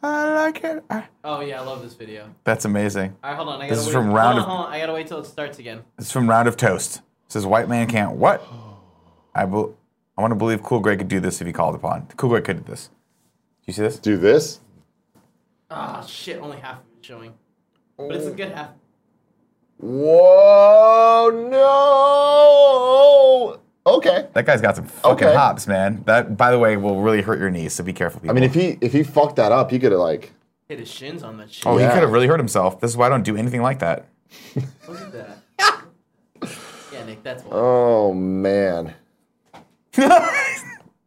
S2: I like it. I-
S3: Oh yeah, I love this video.
S2: That's amazing.
S3: Alright, hold on, I gotta
S2: This is
S3: wait.
S2: from Round
S3: hold on,
S2: of-
S3: hold on, I gotta wait till it starts again.
S2: It's from Round of Toast. It says white man can't what? I bel I want to believe Cool Greg could do this if he called upon. Cool Greg could do this. You see this?
S1: Do this.
S3: Ah shit, only half of it's showing. But it's a good half.
S1: Whoa, no. Okay.
S2: That guy's got some fucking
S1: Okay.
S2: hops, man. That, by the way, will really hurt your knees, so be careful, people.
S1: I mean, if he if he fucked that up, he could have like.
S3: Hit his shins on that shit.
S2: oh,
S1: Yeah.
S2: he could have really hurt himself. This is why I don't do anything like that.
S3: Look at that. yeah, Nick, that's why.
S1: Oh man.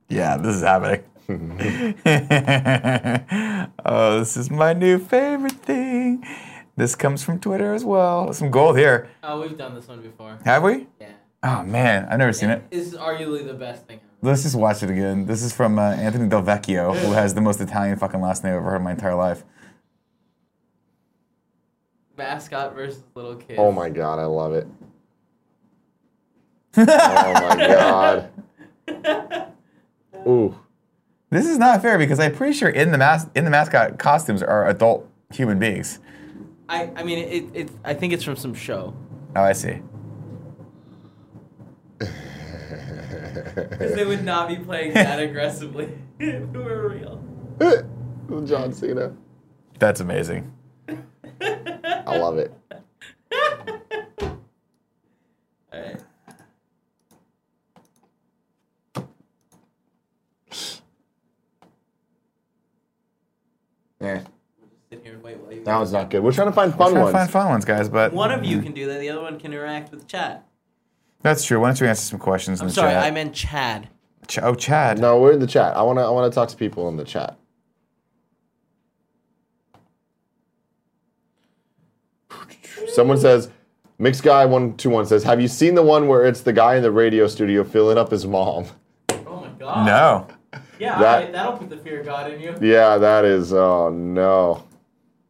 S2: Yeah, this is happening. oh, this is my new favorite thing. This comes from Twitter as well. Some gold here.
S3: Oh, we've done this one before.
S2: Have we?
S3: Yeah.
S2: Oh man, I've never seen it.
S3: This is arguably the best thing ever.
S2: Let's just watch it again. This is from uh, Anthony Del Vecchio, who has the most Italian fucking last name I've ever heard in my entire life.
S3: Mascot versus little kid.
S1: Oh my god, I love it. oh my god. Ooh.
S2: This is not fair because I'm pretty sure in the mas- in the mascot costumes are adult human beings.
S3: I, I mean, it, it, I think it's from some show.
S2: Oh, I see.
S5: Because they would not be playing that aggressively if we were real.
S1: John Cena.
S2: That's amazing.
S1: I love it.
S5: Alright.
S1: Yeah,
S5: Sit here and wait while you.
S1: that one's not good. We're trying to find fun
S2: Trying to
S1: ones.
S2: find fun ones, guys, but
S5: One of you can do that. The other one can interact with chat.
S2: that's true. Why don't you answer some questions in
S3: I'm
S2: the
S3: sorry,
S2: chat?
S3: I meant Chad.
S2: Ch- oh, Chad.
S1: No, we're in the chat. I wanna I wanna talk to people in the chat. Someone says, Mixed guy one two one says, Have you seen the one where it's the guy in the radio studio filling up his mom?
S5: Oh my god.
S2: No.
S5: Yeah,
S1: That-
S5: alright, that'll put the fear of God in you.
S1: Yeah, that is oh no.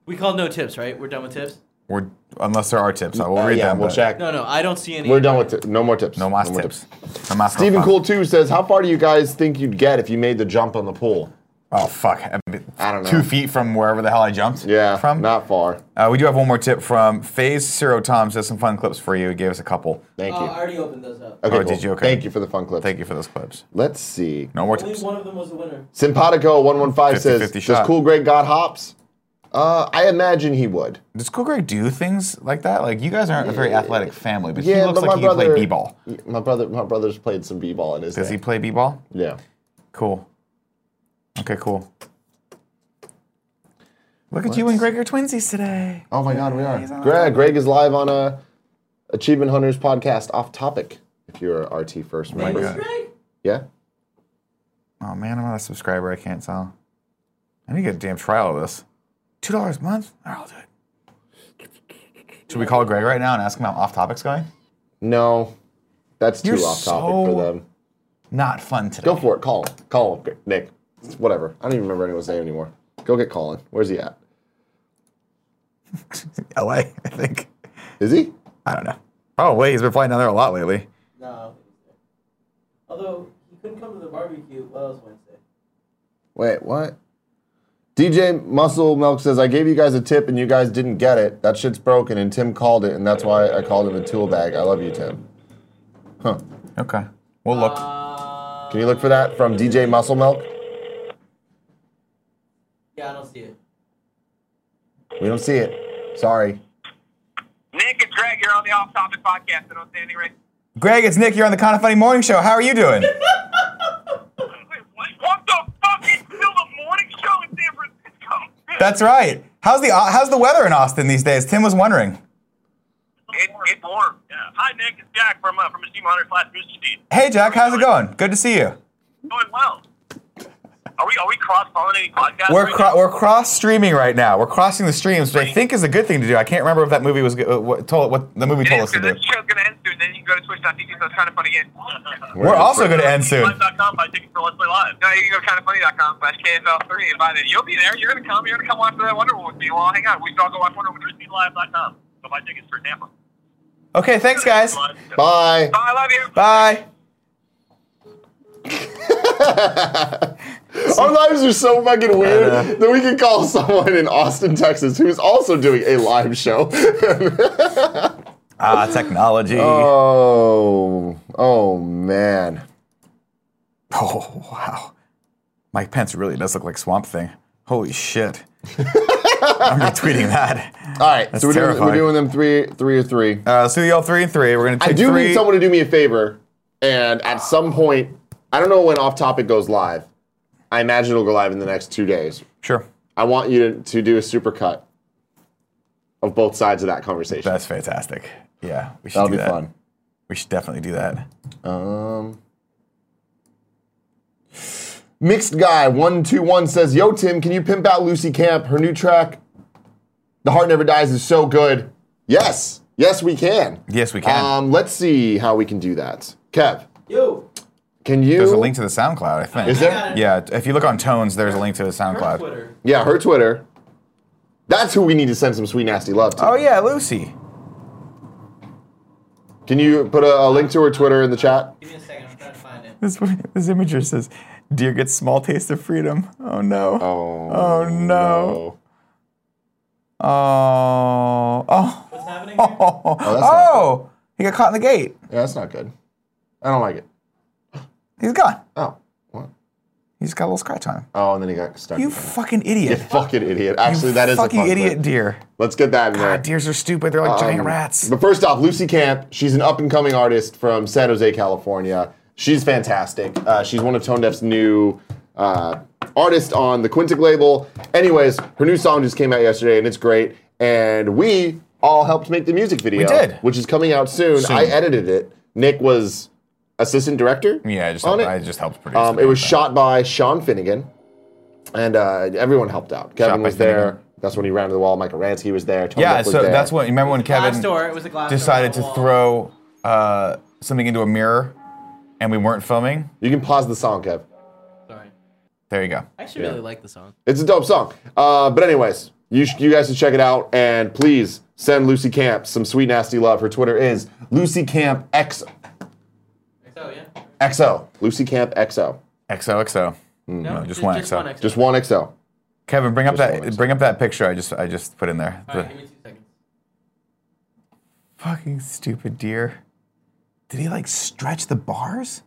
S3: We called no tips, right? We're done with tips.
S2: We're, unless there are tips, I will
S1: Uh,
S2: read
S1: yeah,
S2: them.
S1: we'll
S2: but
S1: check.
S3: No, no, I don't see any.
S1: We're done with t- no more tips.
S2: No more
S1: more
S2: tips. No mas
S1: Stephen
S2: fun.
S1: Cool Two says, "How far do you guys think you'd get if you made the jump on the pool?"
S2: Oh fuck! I mean,
S1: I don't know.
S2: Two feet from wherever the hell I jumped.
S1: Yeah,
S2: From.
S1: not far.
S2: Uh, we do have one more tip from Phase Zero Tom. Says some fun clips for you. He gave us a couple.
S1: Thank
S5: Oh,
S1: you.
S5: I already opened those up.
S1: okay,
S2: Oh,
S1: cool.
S2: did you? Okay.
S1: Thank you for the fun clip.
S2: Thank you for those clips.
S1: Let's see.
S2: No more
S5: Only
S2: tips.
S5: one of them was the winner.
S1: Simpatico one one five
S2: 50-50
S1: says, "Does
S2: shot.
S1: Cool Greg got hops?" Uh, I imagine he would.
S2: Does Cool Greg do things like that? Like you guys aren't a very athletic family, but he
S1: Yeah,
S2: looks
S1: but
S2: like
S1: my
S2: he can play
S1: brother-
S2: b-ball.
S1: My brother, my brother's played some b-ball in his
S2: Does
S1: day.
S2: he play b-ball?
S1: yeah.
S2: Cool. Okay, cool. Look at you and Greg are twinsies today.
S1: Oh my God, we
S2: he's on
S1: are. Greg, Greg is live on a Achievement Hunters podcast, off topic. If you're a RT first
S5: Name
S1: member,
S5: was
S2: Oh God.
S5: Greg.
S1: yeah.
S2: Oh man, I'm not a subscriber. I can't tell. I need to get a damn trial of this. Two dollars a month? All right, I'll do it. Should we call Greg right now and ask him how off topic's going?
S1: No, that's too
S2: You're
S1: off topic
S2: so-
S1: for them.
S2: Not fun today.
S1: Go for it. Call him. Call him. Nick. Whatever. I don't even remember anyone's name anymore. Go get Colin. Where's he at?
S2: LA, I think.
S1: Is he?
S2: I don't know. Oh wait, he's been flying down there a lot lately.
S5: No. I don't think he's there. Although he couldn't come to the barbecue. Well, it was Wednesday.
S1: Wait, what? DJ Muscle Milk says, I gave you guys a tip and you guys didn't get it. That shit's broken and Tim called it and that's why I called him a tool bag. I love you, Tim. Huh.
S2: Okay. We'll look.
S5: Uh,
S1: Can you look for that from DJ Muscle Milk?
S5: yeah, I don't see it.
S1: We don't see it. Sorry.
S7: Nick and Greg, you're on the Off Topic podcast. I don't say anything right.
S2: Greg, it's Nick. You're on the Kind of Funny Morning Show. How are you doing?
S7: Wait, what? What the fuck? It's still the morning show in San Francisco.
S2: That's right. How's the uh, how's the weather in Austin these days? Tim was wondering.
S7: It, it's warm. Yeah. Hi, Nick. It's Jack from uh, from Esteem Hunter slash Rooster Teeth.
S2: Hey Jack, how's it going? Good to see you.
S7: Doing well. Are we are we cross pollinating podcasts?
S2: We're
S7: right
S2: cro-
S7: now?
S2: we're cross streaming right now. We're crossing the streams, which I think is a good thing to do. I can't remember if that movie was go- uh, what, told what the movie
S7: It
S2: told
S7: is,
S2: us to
S7: 'cause
S2: do.
S7: this show's gonna end soon. Then you can go to twitch.tv slash kind of funny again.
S2: We're also going to end soon.
S7: Live.com by tickets for Let's Play Live. No, you can go to kindoffunny.com slash KFL3 and buy it. You'll be there. You're gonna come. You're gonna come watch that Wonder Woman with me. Well, hang on. We should all go watch Wonder Woman. RoostbeatLive.com. Go buy tickets for Tampa.
S2: Okay, thanks guys.
S1: Bye.
S7: Bye. I love you.
S2: Bye.
S1: Our lives are so fucking weird that we could call someone in Austin, Texas who's also doing a live show.
S2: Ah, technology.
S1: oh, oh man.
S2: Oh wow, Mike Pence really does look like Swamp Thing. Holy shit! I'm retweeting that.
S1: All right,
S2: That's
S1: so we're doing, we're
S2: terrifying.
S1: doing them three, three or three.
S2: Uh, so y'all three and three. We're gonna take
S1: I do
S2: three.
S1: need someone to do me a favor, and at some point, I don't know when Off Topic goes live. I imagine it'll go live in the next two days.
S2: Sure,
S1: I want you to, to do a supercut of both sides of that conversation.
S2: that's fantastic. Yeah, we should
S1: That'll
S2: do
S1: be
S2: that.
S1: fun.
S2: We should definitely do that.
S1: Um, Mixed guy one two one says, "Yo Tim, can you pimp out Lucy Camp? Her new track, The Heart Never Dies, is so good. Yes, yes we can.
S2: Yes, we can.
S1: Um, let's see how we can do that. Kev,
S5: Yo,
S1: can you?
S2: There's a link to the SoundCloud, I think.
S1: Is
S5: I got
S1: there?
S5: it.
S2: Yeah, if you look on Tones, there's a link to the
S5: Her
S2: SoundCloud.
S5: Twitter.
S1: Yeah, her Twitter. That's who we need to send some sweet nasty love to.
S2: Oh yeah, Lucy.
S1: Can you put a, a link to her Twitter in the chat?
S5: Give me a second. I'm trying to find it.
S2: This this imager says, "Deer gets small taste of freedom." Oh no.
S1: Oh,
S2: Oh, no. Oh. Oh.
S5: What's happening?
S1: Oh, that's not
S2: oh, he got caught in the gate.
S1: Yeah, that's not good. I don't like it.
S2: He's gone.
S1: Oh, what?
S2: He just got a little scratch on him.
S1: Oh, and then he got stuck.
S2: You
S1: again.
S2: fucking idiot.
S1: You fucking idiot. Actually,
S2: you
S1: that is
S2: fucking
S1: a fun
S2: idiot
S1: clip.
S2: deer.
S1: Let's get that in there.
S2: God, deers are stupid. They're like giant
S1: Um,
S2: rats.
S1: But first off, Lucy Camp, she's an up and coming artist from San Jose, California. She's fantastic. Uh, she's one of Tone Deaf's new uh, artists on the Quintic label. Anyways, her new song just came out yesterday and it's great. And we all helped make the music video,
S2: We did.
S1: which is coming out soon.
S2: Soon.
S1: I edited it. Nick was assistant director.
S2: Yeah, I just
S1: on
S2: helped,
S1: it.
S2: I just helped produce.
S1: Um, it was shot by Sean Finnegan, and uh, everyone helped out. Kevin
S2: by
S1: was there.
S2: Finnegan.
S1: That's when he ran to the wall. Mike Aransky was there. Tone
S2: Yeah,
S1: Deaf was
S2: so
S1: there.
S2: that's what. You remember when
S3: glass
S2: Kevin
S3: door. It was a glass door
S2: decided
S3: on
S2: to
S3: the wall.
S2: throw uh, something into a mirror, and we weren't filming?
S1: You can pause the song, Kev.
S3: Sorry.
S2: There you go.
S3: I actually really like the song.
S1: It's a dope song. Uh, but anyways, you sh- you guys should check it out and please send Lucy Camp some sweet nasty love. Her Twitter is Lucy Camp X-
S5: So yeah.
S2: Mm,
S1: XO. Lucy Camp XO.
S2: XOXO. No, just one XO.
S3: XO.
S1: Just one XO.
S2: Kevin, bring up
S1: Just
S2: that
S1: one
S2: bring up that picture I just I just put in there.
S5: All
S2: The
S5: right, give me two seconds.
S2: fucking stupid deer. Did he like stretch the bars?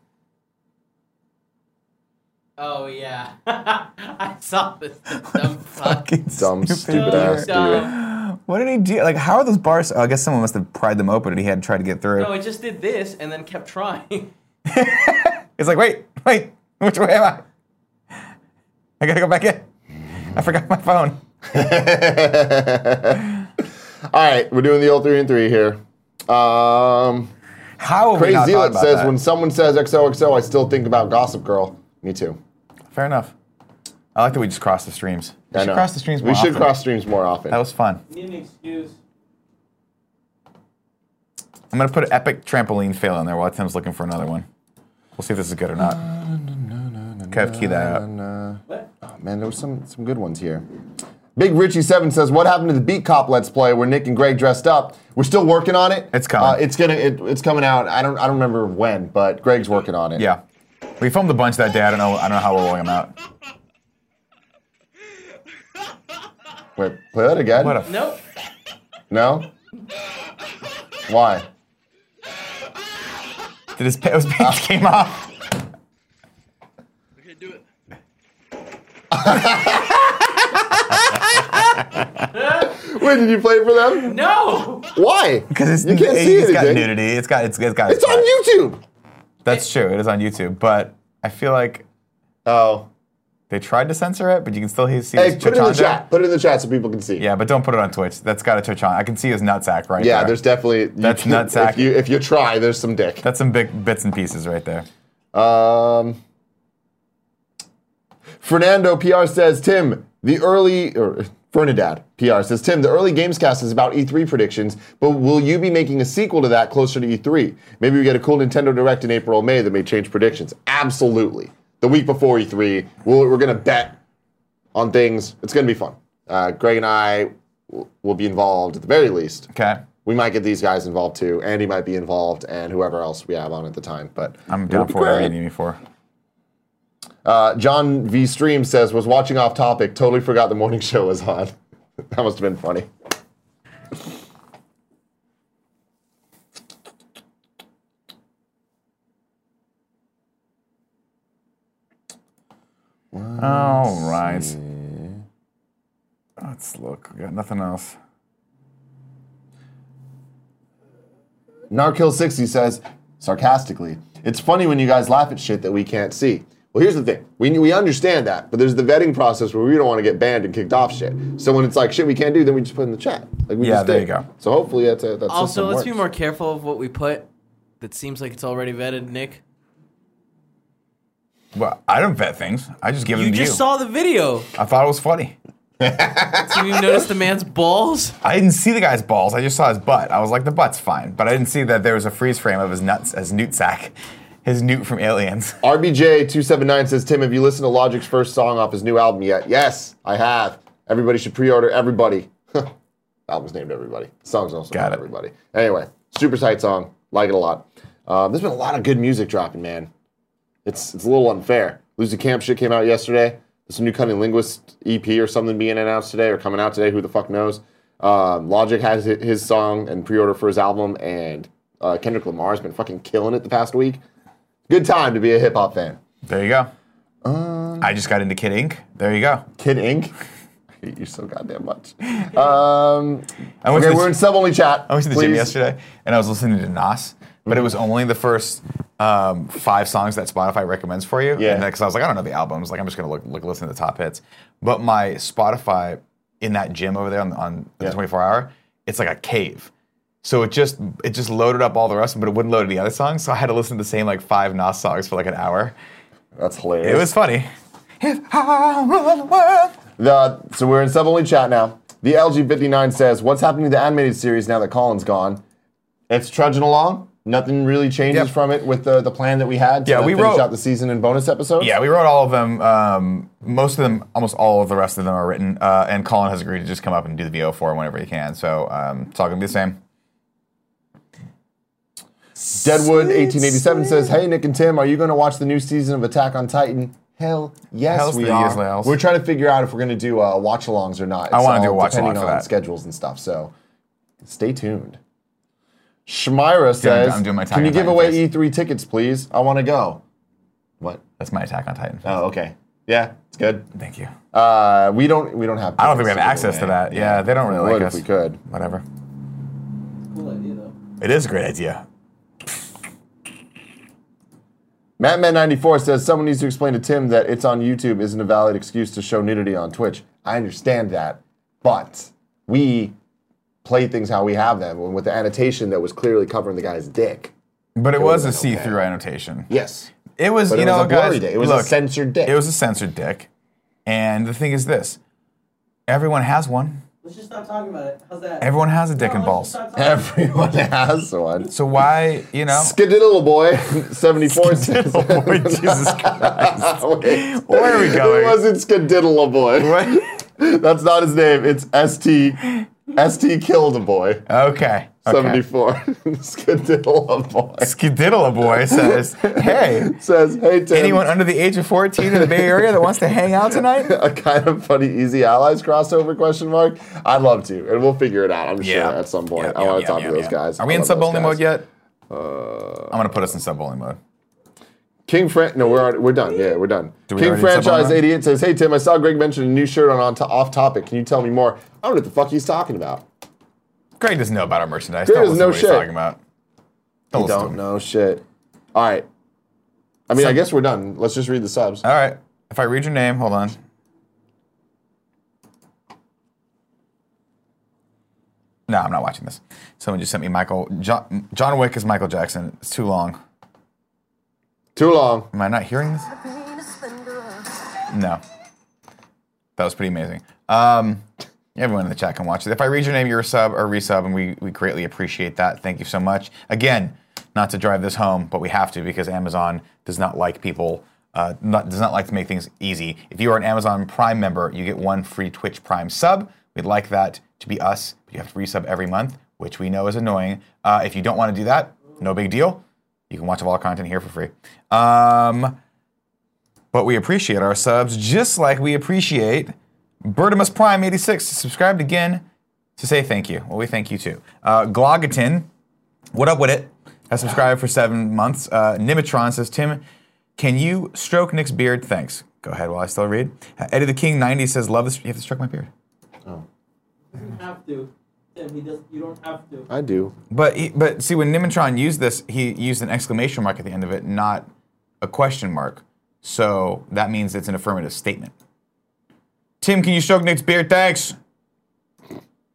S5: Oh yeah. I saw this. Dumb fuck. Oh,
S2: Fucking
S1: Dumb
S2: stupid,
S1: stupid
S2: deer.
S1: ass dude.
S5: Dumb.
S2: What did he do? Like, how are those bars? Oh, I guess someone must have pried them open and he had to try to get through.
S5: No, it just did this and then kept trying.
S2: It's like, wait, wait, which way am I? I gotta go back in. I forgot my phone.
S1: All right, we're doing the old three and three here. Um,
S2: How have we
S1: Crazy
S2: not thought
S1: Zealot
S2: about
S1: says
S2: that?
S1: when someone says XOXO, I still think about Gossip Girl. Me too.
S2: Fair enough. I like that we just crossed the streams. We
S1: I
S2: should
S1: know.
S2: cross the streams
S1: We
S2: more
S1: should
S2: often. Oh.
S1: cross streams more often.
S2: That was fun.
S5: Need an excuse.
S2: I'm gonna put an epic trampoline fail in there while Tim's looking for another one. We'll see if this is good or not. Kev, key that out.
S1: Man, there was some some good ones here. Big Richie Seven says, "What happened to the Beat Cop Let's Play where Nick and Greg dressed up? We're still working on it.
S2: It's coming.
S1: Uh, it's gonna. It, it's coming out. I don't. I don't remember when, but Greg's working on it.
S2: Yeah, we filmed a bunch that day. I don't know. I don't know how we're rolling them out.
S1: Wait, play that again.
S2: What a f-
S5: Nope.
S1: no. Why?
S2: did his, pa- his pants came off?
S6: Okay, do it.
S1: Wait, did you play it for them?
S5: No.
S1: Why?
S2: Because it's
S1: you can't see
S2: it's got
S1: anything.
S2: nudity. It's got it's, it's got
S1: It's on YouTube.
S2: That's true. It is on YouTube, but I feel like
S1: Oh.
S2: they tried to censor it, but you can still he- see
S1: Hey,
S2: his
S1: put it in the
S2: chichonja.
S1: chat. Put it in the chat so people can see.
S2: Yeah, but don't put it on Twitch. That's got a chichon. I can see his nutsack right
S1: Yeah.
S2: there.
S1: There's definitely. you
S2: That's
S1: can-
S2: nutsack.
S1: If you if you try, there's some dick.
S2: That's some big bits and pieces right there.
S1: Um, Fernando PR says, Tim, the early, or Fernandad PR says, Tim, the early Gamescast is about E3 predictions, but will you be making a sequel to that closer to E3? Maybe we get a cool Nintendo Direct in April or May that may change predictions. Absolutely. The week before E3, we'll, we're going to bet on things. It's going to be fun. Uh, Greg and I w- will be involved at the very least.
S2: Okay.
S1: We might get these guys involved too. Andy might be involved, and whoever else we have on at the time. But
S2: I'm
S1: it'll
S2: down
S1: be
S2: for whatever
S1: great.
S2: you need me for.
S1: Uh, John V. Stream says, was watching off topic, totally forgot the morning show was on. that must have been funny.
S2: All right. Let's look. We got nothing else.
S1: Narkill60 says, sarcastically, it's funny when you guys laugh at shit that we can't see. Well, here's the thing. We, we understand that, but there's the vetting process where we don't want to get banned and kicked off shit. So when it's like shit we can't do, then we just put it in the chat. Like we
S2: Yeah,
S1: just
S2: there
S1: did.
S2: you go.
S1: So hopefully that's a, that
S3: Also,
S1: system
S3: let's
S1: works.
S3: be more careful of what we put. That seems like it's already vetted, Nick.
S2: Well, I don't vet things. I just give
S3: You
S2: them to
S3: just
S2: you.
S3: saw the video.
S2: I thought it was funny.
S3: Did you notice the man's balls?
S2: I didn't see the guy's balls. I just saw his butt. I was like, the butt's fine, but I didn't see that there was a freeze frame of his nuts, his newt sack, his newt from Aliens.
S1: RBJ279 says, Tim, have you listened to Logic's first song off his new album yet? Yes, I have. Everybody should pre order Everybody. Album's named Everybody. Song's also
S2: Got
S1: named
S2: it.
S1: Everybody. Anyway, super tight song. Like it a lot. Um, there's been a lot of good music dropping, man. It's it's a little unfair. Lucy Camp shit came out E yesterday. There's a new Cunning Linguist EP or something being announced today or coming out today. Who the fuck knows? Um, Logic has hi- his song and pre-order for his album, and uh, Kendrick Lamar's been fucking killing it the past week. Good time to be a hip hop fan.
S2: There you go. I just got into Kid Ink. There you go.
S1: Kid Ink. I hate you so goddamn much. Um,
S2: I went
S1: okay,
S2: to the-
S1: we're in sub only chat.
S2: I went to the gym
S1: please. Mm-hmm.
S2: yesterday and I was listening to Nas, but it was only the first um, five songs that Spotify recommends for you.
S1: Yeah.
S2: Because I was like, I don't know the albums. Like, I'm just gonna look, look listen to the top hits. But my Spotify in that gym over there on, on
S1: Yeah.
S2: the 24 hour, it's like a cave. So it just it just loaded up all the rest, but it wouldn't load any other songs. So I had to listen to the same like five Nas songs for like an hour.
S1: That's hilarious.
S2: It was funny. If I run the world.
S1: The, so we're in sub only chat now. The LG59 says, What's happening to the animated series now that Colin's gone? It's trudging along. Nothing really changes
S2: Yep.
S1: from it with the, the plan that we had to
S2: Yeah, we
S1: finish
S2: wrote-
S1: out the season in bonus episodes.
S2: Yeah, we wrote all of them. Um, most of them, almost all of the rest of them are written. Uh, and Colin has agreed to just come up and do the VO for him whenever he can. So um, it's all going to be the same.
S1: Deadwood1887 says, Hey, Nick and Tim, are you going to watch the new season of Attack on Titan? Hell yes,
S2: Hells
S1: we
S2: to
S1: are.
S2: yes, Lals.
S1: We're trying to figure out if we're going to do uh, watch alongs or not.
S2: I
S1: It's
S2: wanna do
S1: all
S2: a watch-along
S1: Depending
S2: for
S1: on
S2: that.
S1: schedules and stuff. So stay tuned. Shmira
S2: I'm
S1: says,
S2: doing my Attack
S1: Can you
S2: on
S1: give
S2: Titan
S1: away
S2: face."
S1: E3 tickets, please? I want to go. What?
S2: That's my attack on Titan.
S1: Oh, okay. Yeah, it's good.
S2: Thank you.
S1: Uh, we don't. We don't have.
S2: I don't think we have
S1: tickets
S2: access to
S1: give away.
S2: that. Yeah, they don't
S1: We
S2: really like
S1: would
S2: us.
S1: If we could.
S2: Whatever.
S5: Cool idea though.
S2: It is a great idea.
S1: Matman94 says someone needs to explain to Tim that it's on YouTube isn't a valid excuse to show nudity on Twitch. I understand that, but we play things how we have them, and with the annotation that was clearly covering the guy's dick.
S2: But it was a
S1: would've been okay.
S2: see-through annotation.
S1: Yes.
S2: It was,
S1: But
S2: you
S1: it
S2: know,
S1: was a blurry
S2: guys,
S1: dick. It was a
S2: look,
S1: censored dick.
S2: It was a censored dick. And the thing is this. Everyone has one.
S5: Let's just stop talking about it. How's that?
S2: Everyone has a dick
S5: No,
S2: and
S5: let's just
S2: balls.
S5: stop talking.
S1: Everyone has one.
S2: So why, you know?
S1: Skadiddle boy, 74 says.
S2: Oh, boy, Jesus Christ.
S1: Wait.
S2: Where are we going?
S1: It wasn't Skadiddle boy.
S2: What?
S1: That's not his name. It's ST. ST killed a boy.
S2: Okay. okay.
S1: 74. Skadiddle a boy.
S2: Skedaddle a boy says, "Hey,
S1: Says, hey, Tim.
S2: anyone under the age of 14 in the Bay Area that wants to hang out tonight?"
S1: a kind of funny Easy Allies crossover question mark? I'd love to, and we'll figure it out. I'm sure at some point.
S2: Yep,
S1: I
S2: yep,
S1: want to
S2: yep,
S1: talk
S2: yep,
S1: to those
S2: yep.
S1: guys.
S2: Are
S1: I
S2: we in
S1: love
S2: sub
S1: those
S2: only
S1: guys. Uh,
S2: mode yet? I'm gonna put us in sub only mode.
S1: King Fran, no, we're already, we're done. Yeah, we're done.
S2: Do we
S1: King
S2: already sub
S1: Franchise
S2: on that?
S1: 88 says, "Hey Tim, I saw Greg mention a new shirt on, on to, off topic. Can you tell me more? I don't know what the fuck he's talking about.
S2: Greg doesn't know about our merchandise.
S1: Greg
S2: Don't
S1: doesn't
S2: listen
S1: know
S2: to what he's
S1: shit.
S2: talking about. Don't
S1: I
S2: listen to
S1: don't
S2: him.
S1: know shit. All right. I mean, I
S2: Sub-
S1: guess we're done. Let's just read the subs.
S2: All right. If I read your name, hold on. No, I'm not watching this. Someone just sent me Michael John, John Wick is Michael Jackson. It's too long.
S1: Too long.
S2: Am I not hearing this? No. That was pretty amazing. Um, everyone in the chat can watch it. If I read your name, you're a sub or resub, and we, we greatly appreciate that. Thank you so much. Again, not to drive this home, but we have to because Amazon does not like people, uh, not, does not like to make things easy. If you are an Amazon Prime member, you get one free Twitch Prime sub. We'd like that to be us, but you have to resub every month, which we know is annoying. Uh, if you don't want to do that, no big deal. You can watch all our content here for free. Um, but we appreciate our subs just like we appreciate Bertimus Prime 86 subscribed again to say thank you. Well, we thank you too. Uh, Glogatin, what up with it? Has subscribed for seven months. Uh, Nimitron says, Tim, can you stroke Nick's beard? Thanks. Go ahead while I still read. Uh, Eddie the King 90 says, love this. You have to stroke my beard.
S5: You don't have to. Tim, he does. You don't have to.
S1: I do.
S2: But he, but see, when Nimitron used this, he used an exclamation mark at the end of it, not a question mark. So that means it's an affirmative statement. Tim, can you stroke Nick's beard? Thanks.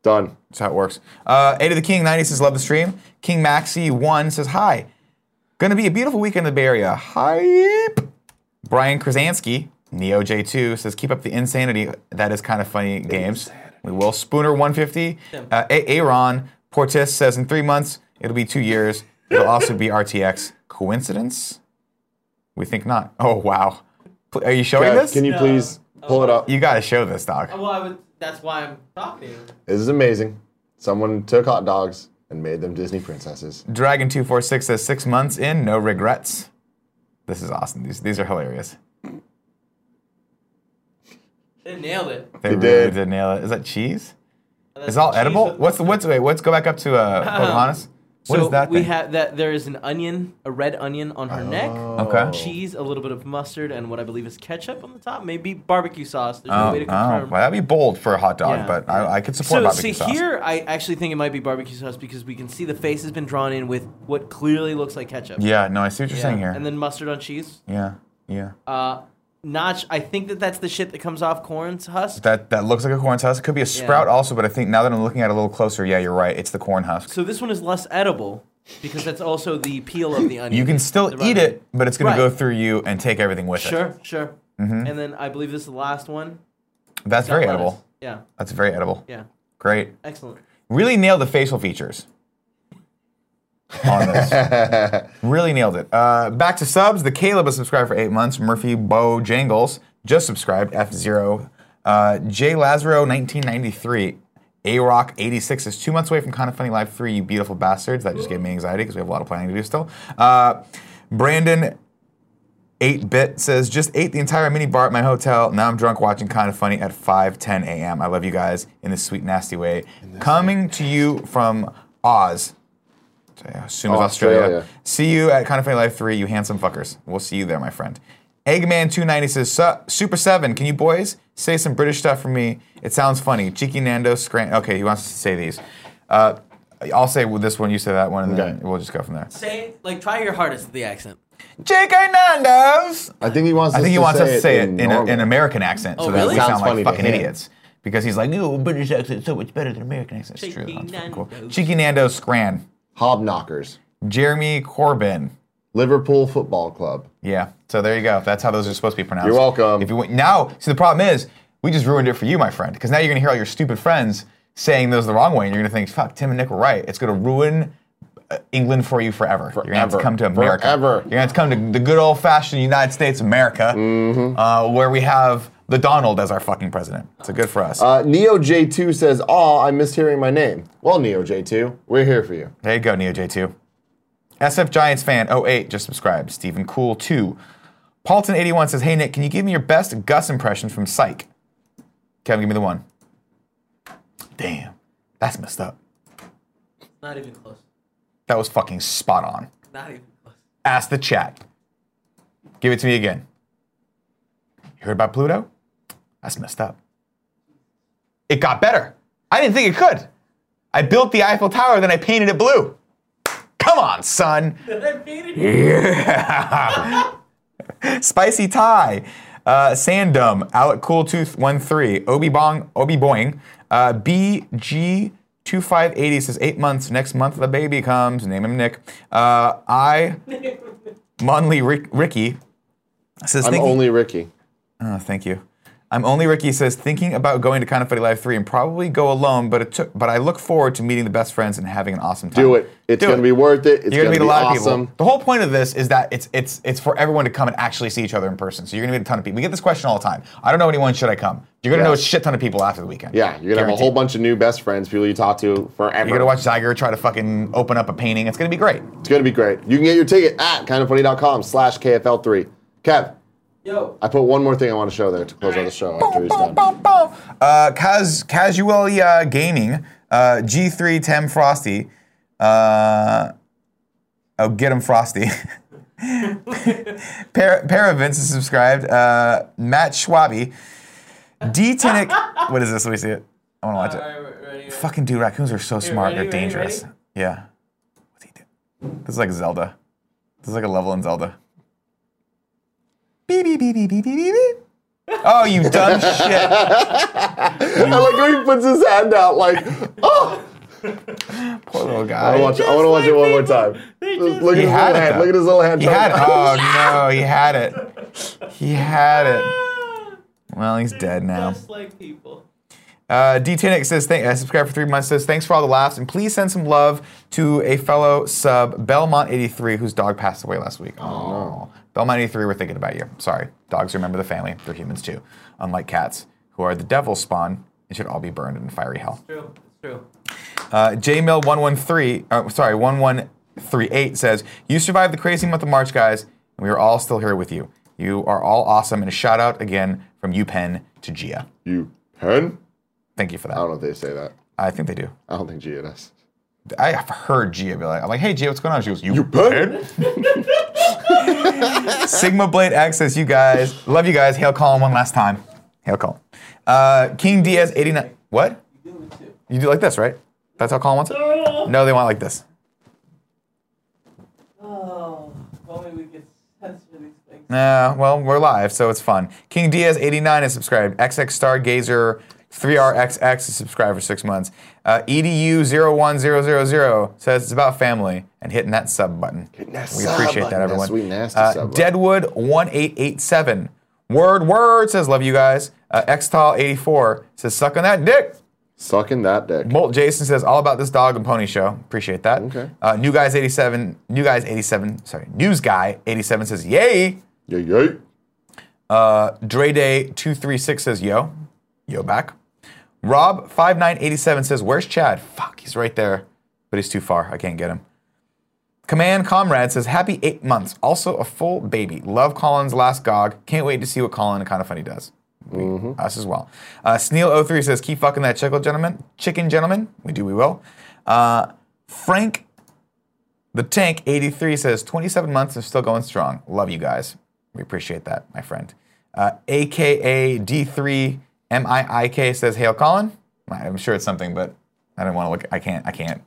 S1: Done.
S2: That's how it works. Uh, Eight of the King 90 says, Love the stream. King Maxi1 says, Hi. Gonna be a beautiful weekend in the Bay Area. Hype. Brian Krasansky, Neo J2, says, Keep up the insanity. That is kind of funny games. We will. Spooner150. Uh, A- Aaron Portis says, In three months, it'll be two years. It'll also be RTX. Coincidence? We think not. Oh, wow. Pl- Are you showing
S1: Kev,
S2: this?
S1: can you
S5: No.
S1: please pull it up?
S2: you gotta show this, dog.
S5: Well, I would. That's why I'm talking.
S1: This is amazing. Someone took hot dogs and made them Disney princesses.
S2: Dragon two four six says six months in, no regrets. This is awesome. These these are hilarious.
S5: They nailed it.
S2: They
S1: They
S2: really
S1: did.
S2: did. nail it. Is that cheese? It's all edible. What's the what's wait? What's go back up to uh, Pocahontas? What
S3: so
S2: is that?
S3: we
S2: thing?
S3: have that there is an onion, a red onion on her neck,
S2: Oh. Okay.
S3: uh, cheese, a little bit of mustard, and what I believe is ketchup on the top, maybe barbecue sauce. There's
S2: Oh,
S3: no way to
S2: oh,
S3: confirm.
S2: well, that'd be bold for a hot dog,
S3: Yeah.
S2: but I, I could support
S3: So
S2: barbecue
S3: see
S2: sauce.
S3: here, I actually think it might be barbecue sauce because we can see the face has been drawn in with what clearly looks like ketchup.
S2: yeah, no, I see what you're
S3: Yeah.
S2: saying here.
S3: And then mustard on cheese.
S2: yeah, yeah.
S3: Uh, notch. I think that that's the shit that comes off corn's husk.
S2: That that looks like a corn husk. It could be a sprout also, but I think now that I'm looking at it a little closer, yeah, you're right. It's the corn husk.
S3: so this one is less edible because that's also the peel of the onion.
S2: you can still
S3: The
S2: eat
S3: red-
S2: it, but it's gonna
S3: Right.
S2: go through you and take everything with it.
S3: Sure, sure. And then I believe this is the last one.
S2: That's Mm-hmm. very
S3: Got lettuce.
S2: edible.
S3: Yeah,
S2: That's very edible.
S3: yeah.
S2: Great.
S3: Excellent.
S2: Really nailed the facial features. On this. Really nailed it. Uh, back to subs. The Caleb has subscribed for eight months. Murphy Bo Jangles just subscribed. F zero. Uh, Jay Lazaro 1993. A Rock 86 is two months away from Kind of Funny Live 3, you beautiful bastards. That just gave me anxiety because we have a lot of planning to do still. Uh, Brandon 8 bit says, just ate the entire mini bar at my hotel. Now I'm drunk watching Kind of Funny at 5 10 a.m. I love you guys in this sweet, nasty way. Coming to you from Oz, I assume it's Australia.
S1: Australia.
S2: See you at Kind of Funny Life 3, you handsome fuckers. We'll see you there, my friend. Eggman290 says, "Sup, Super 7, can you boys say some British stuff for me? It sounds funny. Cheeky Nando, Scran. Okay, he wants to say these. Uh, I'll say this one, you say that one, and then
S1: Okay.
S2: we'll just go from there.
S3: Say like try your hardest at the accent.
S2: J.K. Nando's!
S1: I think he wants.
S2: I
S1: us
S2: think he
S1: to
S2: wants
S1: say
S2: us to say it in, a,
S1: normal.
S2: an American accent so
S3: Oh,
S2: that
S3: really?
S2: we
S1: Sounds
S2: sound
S1: funny
S2: like
S1: to
S2: fucking
S1: him.
S2: idiots. Because he's like, no, British accent so much better than American accent. It's true.
S3: Cheeky
S2: That's fucking cool.
S3: Nando's.
S2: Cheeky Nando's Scran.
S1: Hobknockers,
S2: Jeremy Corbyn.
S1: Liverpool Football Club.
S2: Yeah. So there you go. That's how those are supposed to be pronounced.
S1: You're welcome.
S2: If you went, now, see the problem is we just ruined it for you, my friend, because now you're gonna hear all your stupid friends saying those the wrong way, and you're gonna think, "Fuck, Tim and Nick were right." It's gonna ruin uh, England for you forever. You're gonna have to
S1: Forever.
S2: come to America.
S1: Forever.
S2: You're gonna have to come to the good old-fashioned United States, of America,
S1: Mm-hmm.
S2: uh, where we have the Donald as our fucking president. So good for us.
S1: Uh, Neo J2 says, "Aw, I'm mishearing my name." Well, Neo J2, we're here for you.
S2: There you go, Neo J2. SF Giants fan 08 just subscribed. Stephen Cool 2. Paulton81 says, Hey Nick, can you give me your best Gus impressions from Psych? Kevin, give me the one. Damn, that's messed up.
S3: Not even close.
S2: That was fucking spot on.
S3: Not even close.
S2: Ask the chat. Give it to me again. You heard about Pluto? That's messed up. It got better. I didn't think it could. I built the Eiffel Tower, then I painted it blue. Come on, son. Yeah. Spicy Thai. Uh, Sandum. Alec Cooltooth13. Obi Bong. Obi Boing. Uh, BG2580 says, eight months. Next month the baby comes. Name him Nick. Uh, I. Monley Rick, Ricky. Says,
S1: I'm
S2: thinking-
S1: only Ricky.
S2: Oh, thank you. I'm only Ricky says thinking about going to Kind of Funny Live 3 and probably go alone, but it took but I look forward to meeting the best friends and having an awesome time.
S1: Do it. It's
S2: Do
S1: gonna be worth it. It's
S2: you're gonna,
S1: gonna
S2: meet a
S1: be
S2: lot
S1: awesome.
S2: of people. The whole point of this is that it's it's it's for everyone to come and actually see each other in person. So you're gonna meet a ton of people. We get this question all the time. I don't know anyone, should I come? You're gonna know a
S1: Yes.
S2: shit ton of people after the weekend.
S1: Yeah, you're gonna have a
S2: Guaranteed.
S1: whole bunch of new best friends, people you talk to forever.
S2: You're gonna watch Zyger try to fucking open up a painting. It's gonna be great.
S1: It's gonna be great. You can get your ticket at kindoffunny.com slash KFL3. Kev,
S5: Yo,
S1: I put one more thing I want to show there to close out the show after he's done.
S2: Uh, Cas- Casually uh, Gaming, uh, G3 Tem Frosty. Uh, oh, get him Frosty. Para, Para Vince is subscribed. Uh, Matt Schwabi. D Tinnick. what is this? Let me see it. I want to watch it.
S5: alright, we're ready.
S2: Fucking dude, raccoons are so smart.
S5: ready,
S2: They're
S5: ready,
S2: dangerous.
S5: ready?
S2: Yeah. What's he doing? This is like Zelda. This is like a level in Zelda. Beep, beep, beep, beep, beep, beep, beep, beep. Oh, you dumb shit.
S1: I like how he puts his hand out like, oh!
S2: Poor little
S1: I
S2: guy.
S1: wanna watch it, I wanna watch it one more time. Just Look at
S2: He
S1: his little
S2: had it,
S1: hand.
S2: though.
S1: Look at his little hand.
S2: He had it. Oh no, he had it. He had it. Well, he's dead now.
S5: Just like people.
S2: Uh, D10X says, thank, I subscribed for three months, says, thanks for all the laughs, and please send some love to a fellow sub, Belmont83, whose dog passed away last week. Oh, Belmont83, we're thinking about you. Sorry. Dogs remember the family. They're humans too, unlike cats, who are the devil's spawn and should all be burned in fiery hell.
S5: True, it's true.
S2: Uh, JMill113, uh, sorry, 1138 says, You survived the crazy month of March, guys, and we are all still here with you. You are all awesome, and a shout out again from UPenn to Gia.
S1: You pen?
S2: Thank you for that.
S1: Oh. I don't know if they say that.
S2: I think they do.
S1: I don't think Gia does.
S2: I have heard Gia be like, I'm like, hey Gia, what's going on? She goes, you,
S1: bad?
S2: Sigma Blade Access, you guys. Love you guys. Hail Colin one last time. Hail Colin. Uh, King Diaz 89. What? You do like this, right? That's how Colin wants it? No, they want like this.
S5: Oh, if only we could censor these things.
S2: Nah, well, we're live, so it's fun. King Diaz 89 is subscribed. XX Stargazer 3RXX is subscribed for six months. Uh, EDU01000 says it's about family and hitting that sub button.
S1: that
S2: we
S1: sub
S2: appreciate
S1: button,
S2: that,
S1: that
S2: everyone.
S1: sweet nasty
S2: Uh,
S1: sub button.
S2: Deadwood1887. Word, word says love you guys. Uh, Xtal84 says suck on that dick.
S1: Sucking that dick.
S2: Bolt Jason says all about this dog and pony show. Appreciate that.
S1: Okay.
S2: Uh, new guys 87. New guys 87. Sorry, news guy 87 says yay.
S1: Yay, yay.
S2: Uh, Dre Day 236 says, yo. Yo back. Rob 5987 says, where's Chad? Fuck, he's right there. But he's too far. I can't get him. Command Comrade says, happy eight months. Also a full baby. Love Colin's last gog. Can't wait to see what Colin and Kinda Funny does. We, Us as well. Uh, Sneal03 says, keep fucking that chicken gentleman. Chicken gentleman. We do, we will. Uh, Frank the Tank 83 says 27 months and still going strong. Love you guys. We appreciate that, my friend. Uh, AKA D3 MIIK says Hail Colin. I'm sure it's something, but I don't want to look. I can't. I can't.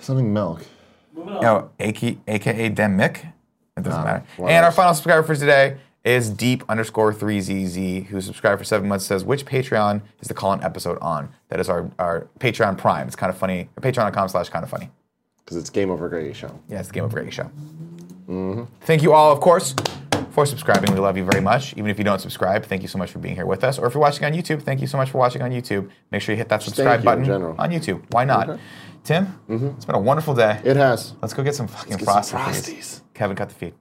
S1: Something milk.
S5: Moving on.
S2: No, AK, AKA Dem Mick. It doesn't matter.
S1: one
S2: and
S1: of
S2: our
S1: those.
S2: final subscriber for today is Deep underscore 3ZZ, who subscribed for seven months, says, which Patreon is the Colin episode on? That is our, our Patreon Prime. It's kind of funny. Patreon.com slash kind of funny.
S1: Because it's Game Over Greggy Show.
S2: Yeah, it's the Game Over Greggy Show. Thank you all, of course, for subscribing. We love you very much. Even if you don't subscribe, thank you so much for being here with us. Or if you're watching on YouTube, thank you so much for watching on YouTube. Make sure you hit that subscribe
S1: thank you in
S2: button
S1: general. Mm-hmm.
S2: on YouTube. Why not? Tim, it's been a wonderful day.
S1: It has.
S2: Let's go get some fucking
S1: get some
S2: frosties.
S1: Frosties.
S2: Kevin, cut the feed.